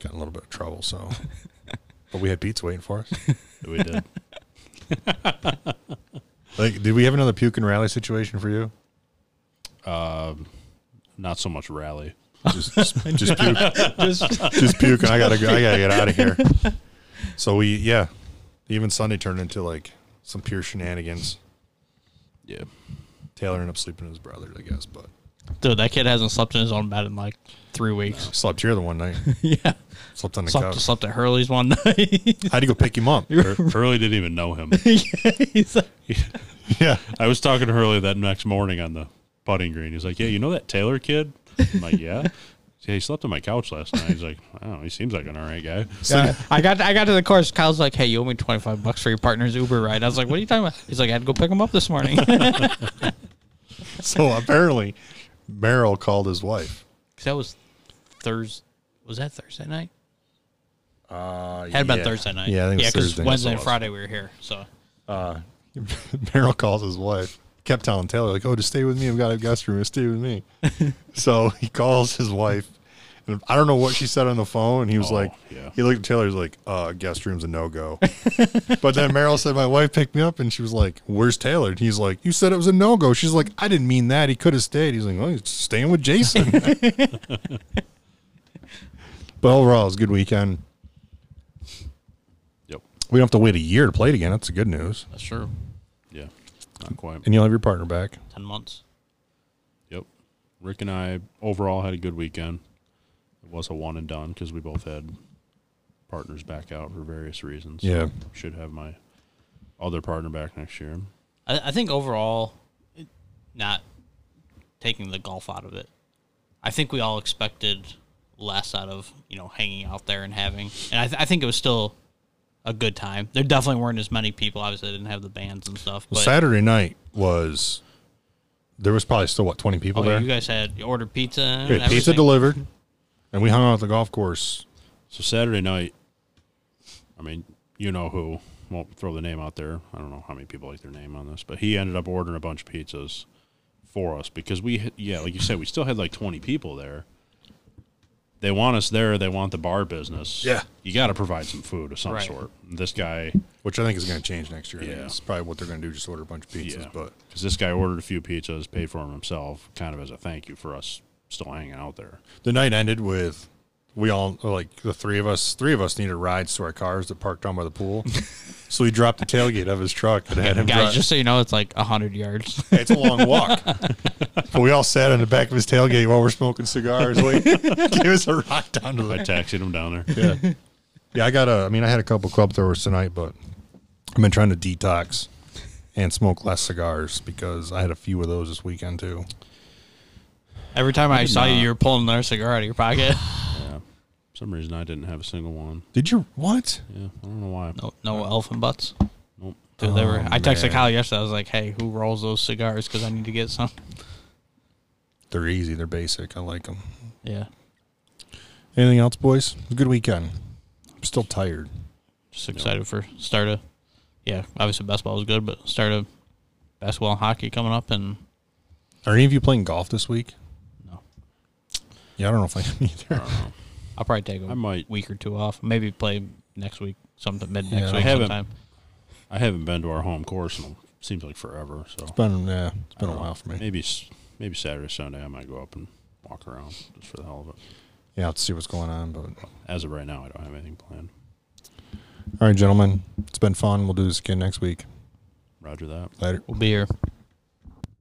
A: got in a little bit of trouble. *laughs* So, but we had pizza waiting for us.
B: We did.
A: *laughs* Like, did we have another puke and rally situation for you?
B: Not so much rally.
A: Just, *laughs* just, just puke,
C: Just
A: just puke, and I gotta, go, I gotta get out of here. So we, yeah, even Sunday turned into like some pure shenanigans.
B: Yeah.
A: Taylor ended up sleeping with his brother, I guess, but
C: *laughs* dude, that kid hasn't slept in his own bed in like three weeks.
A: slept here the one night.
C: yeah,
A: Slept on the
C: slept,
A: couch.
C: slept at Hurley's one *laughs* night.
A: I had to go pick him *laughs* up.
B: Hurley didn't even know him.
C: He's like,
A: *laughs* yeah.
B: I was talking to Hurley that next morning on the putting green. He's like, Yeah, you know that Taylor kid? I'm like, Yeah. *laughs* Yeah, he slept on my couch last night. He's like, I don't know. He seems like an all right guy.
A: Yeah. *laughs*
C: I got I got to the course. Kyle's like, "Hey, you owe me twenty five bucks for your partner's Uber ride." I was like, "What are you talking about?" He's like, "I had to go pick him up
A: *laughs*
C: this morning." that
A: So apparently, Merrill called his wife.
C: was Thursday. Was that Thursday night? Had been Thursday night.
A: Yeah, I think it was
C: because
A: Thursday.
C: Wednesday and Friday we were here. So
A: *laughs* Merrill calls his wife. Kept telling Taylor like, "Oh, just stay with me. I've got a guest room. Just stay with
B: *laughs*
A: me." so he calls his wife, and I don't know what she said on the phone. And he was
B: Oh,
A: like,
B: yeah.
A: he looked at Taylor. He's like, "Uh, guest room's a no go." *laughs* but then Merrill said, "My wife picked me up," and she was like, "Where's Taylor?" And he's like, "You said it was a no go." She's like, "I didn't mean that. He could have stayed." He's like, "Well, he's staying with
B: *laughs*
A: Jason." but overall, it was a good weekend.
B: Yep.
A: We don't have to wait a year to play it again. That's the good news.
C: that's true.
B: Yeah. Not quite.
A: And you'll have your partner back.
C: Ten months.
B: Yep. Rick and I overall had a good weekend. It was a one and done because we both had partners back out for various reasons.
A: Yeah.
B: Should have my other partner back next year.
C: I, I think overall, it- not taking the golf out of it. I think we all expected less out of you know hanging out there and having, and I, th- I think it was still a good time. There definitely weren't as many people. Obviously, they didn't have the bands and stuff. But
A: Saturday night was there was probably still what twenty people
C: Oh,
A: there.
C: you guys had you ordered pizza. and
A: We had pizza
C: everything?
A: delivered, and we hung out at the golf course.
B: So Saturday night, I mean, you know who won't throw the name out there. I don't know how many people like their name on this, but he ended up ordering a bunch of pizzas for us because we, had- yeah, like you said, we still had like twenty people there. They want us there. They want the bar business.
A: Yeah.
B: you got to provide some food of some
C: Right.
B: sort. This guy,
A: Which I think is going to change next year. I think
B: Yeah.
A: It's probably what they're going to do, just order a bunch of pizzas.
B: yeah,
A: But
B: because this guy ordered a few pizzas, paid for them himself, kind of as a thank you for us still hanging
A: *laughs*
B: out there.
A: the night ended with we all like the three of us. Three of us needed rides to our cars that parked down by the
C: *laughs*
A: pool, so we dropped the tailgate of his truck and had him
C: Guys,
A: drive.
C: just so you know, it's like hundred yards. *laughs*
A: it's a long walk, but we all sat on the back of his tailgate while we're smoking cigars. Wait, *laughs* give us a ride down to
B: I
A: the
B: taxied him down there.
A: yeah. Yeah, I got a. I mean, I had a couple club throwers tonight, but I've been trying to detox and smoke less cigars because I had a few of those this weekend too.
C: Every time I,
B: did
C: saw you,
B: not.
C: you were pulling another cigar out of your pocket.
A: *sighs*
B: Yeah. For some reason I didn't have a single one.
A: Did you what?
B: Yeah, I don't know why.
C: no, no elfin butts.
B: Nope.
C: Dude, they were.
A: Oh,
C: I texted
A: man.
C: Kyle yesterday. I was like, "Hey, who rolls those cigars? Because I need to get some."
A: They're easy. They're basic. I like them.
C: Yeah,
A: Anything else, boys? It was a good weekend. I'm still tired.
C: just excited for start of. Yeah, obviously basketball was good, but start of basketball and hockey coming up, and
A: Are any of you playing golf this week?
C: No.
A: Yeah, I don't know if I am *laughs* either.
C: I'll probably take a
B: I might.
C: week or two off. Maybe play next week, something mid
A: Yeah,
C: next
A: I
C: week
B: haven't-
C: sometime.
B: I haven't been to our home course in seems like forever. So
A: It's been yeah, it's been a
B: I don't know.
A: while for me.
B: Maybe s- maybe Saturday Sunday I might go up and walk around just for the hell of it.
A: Yeah, let's see what's going on. But
B: As of right now, I don't have anything planned.
A: all right, gentlemen, it's been fun. We'll do this again next week.
B: Roger that.
A: Later.
C: We'll be here.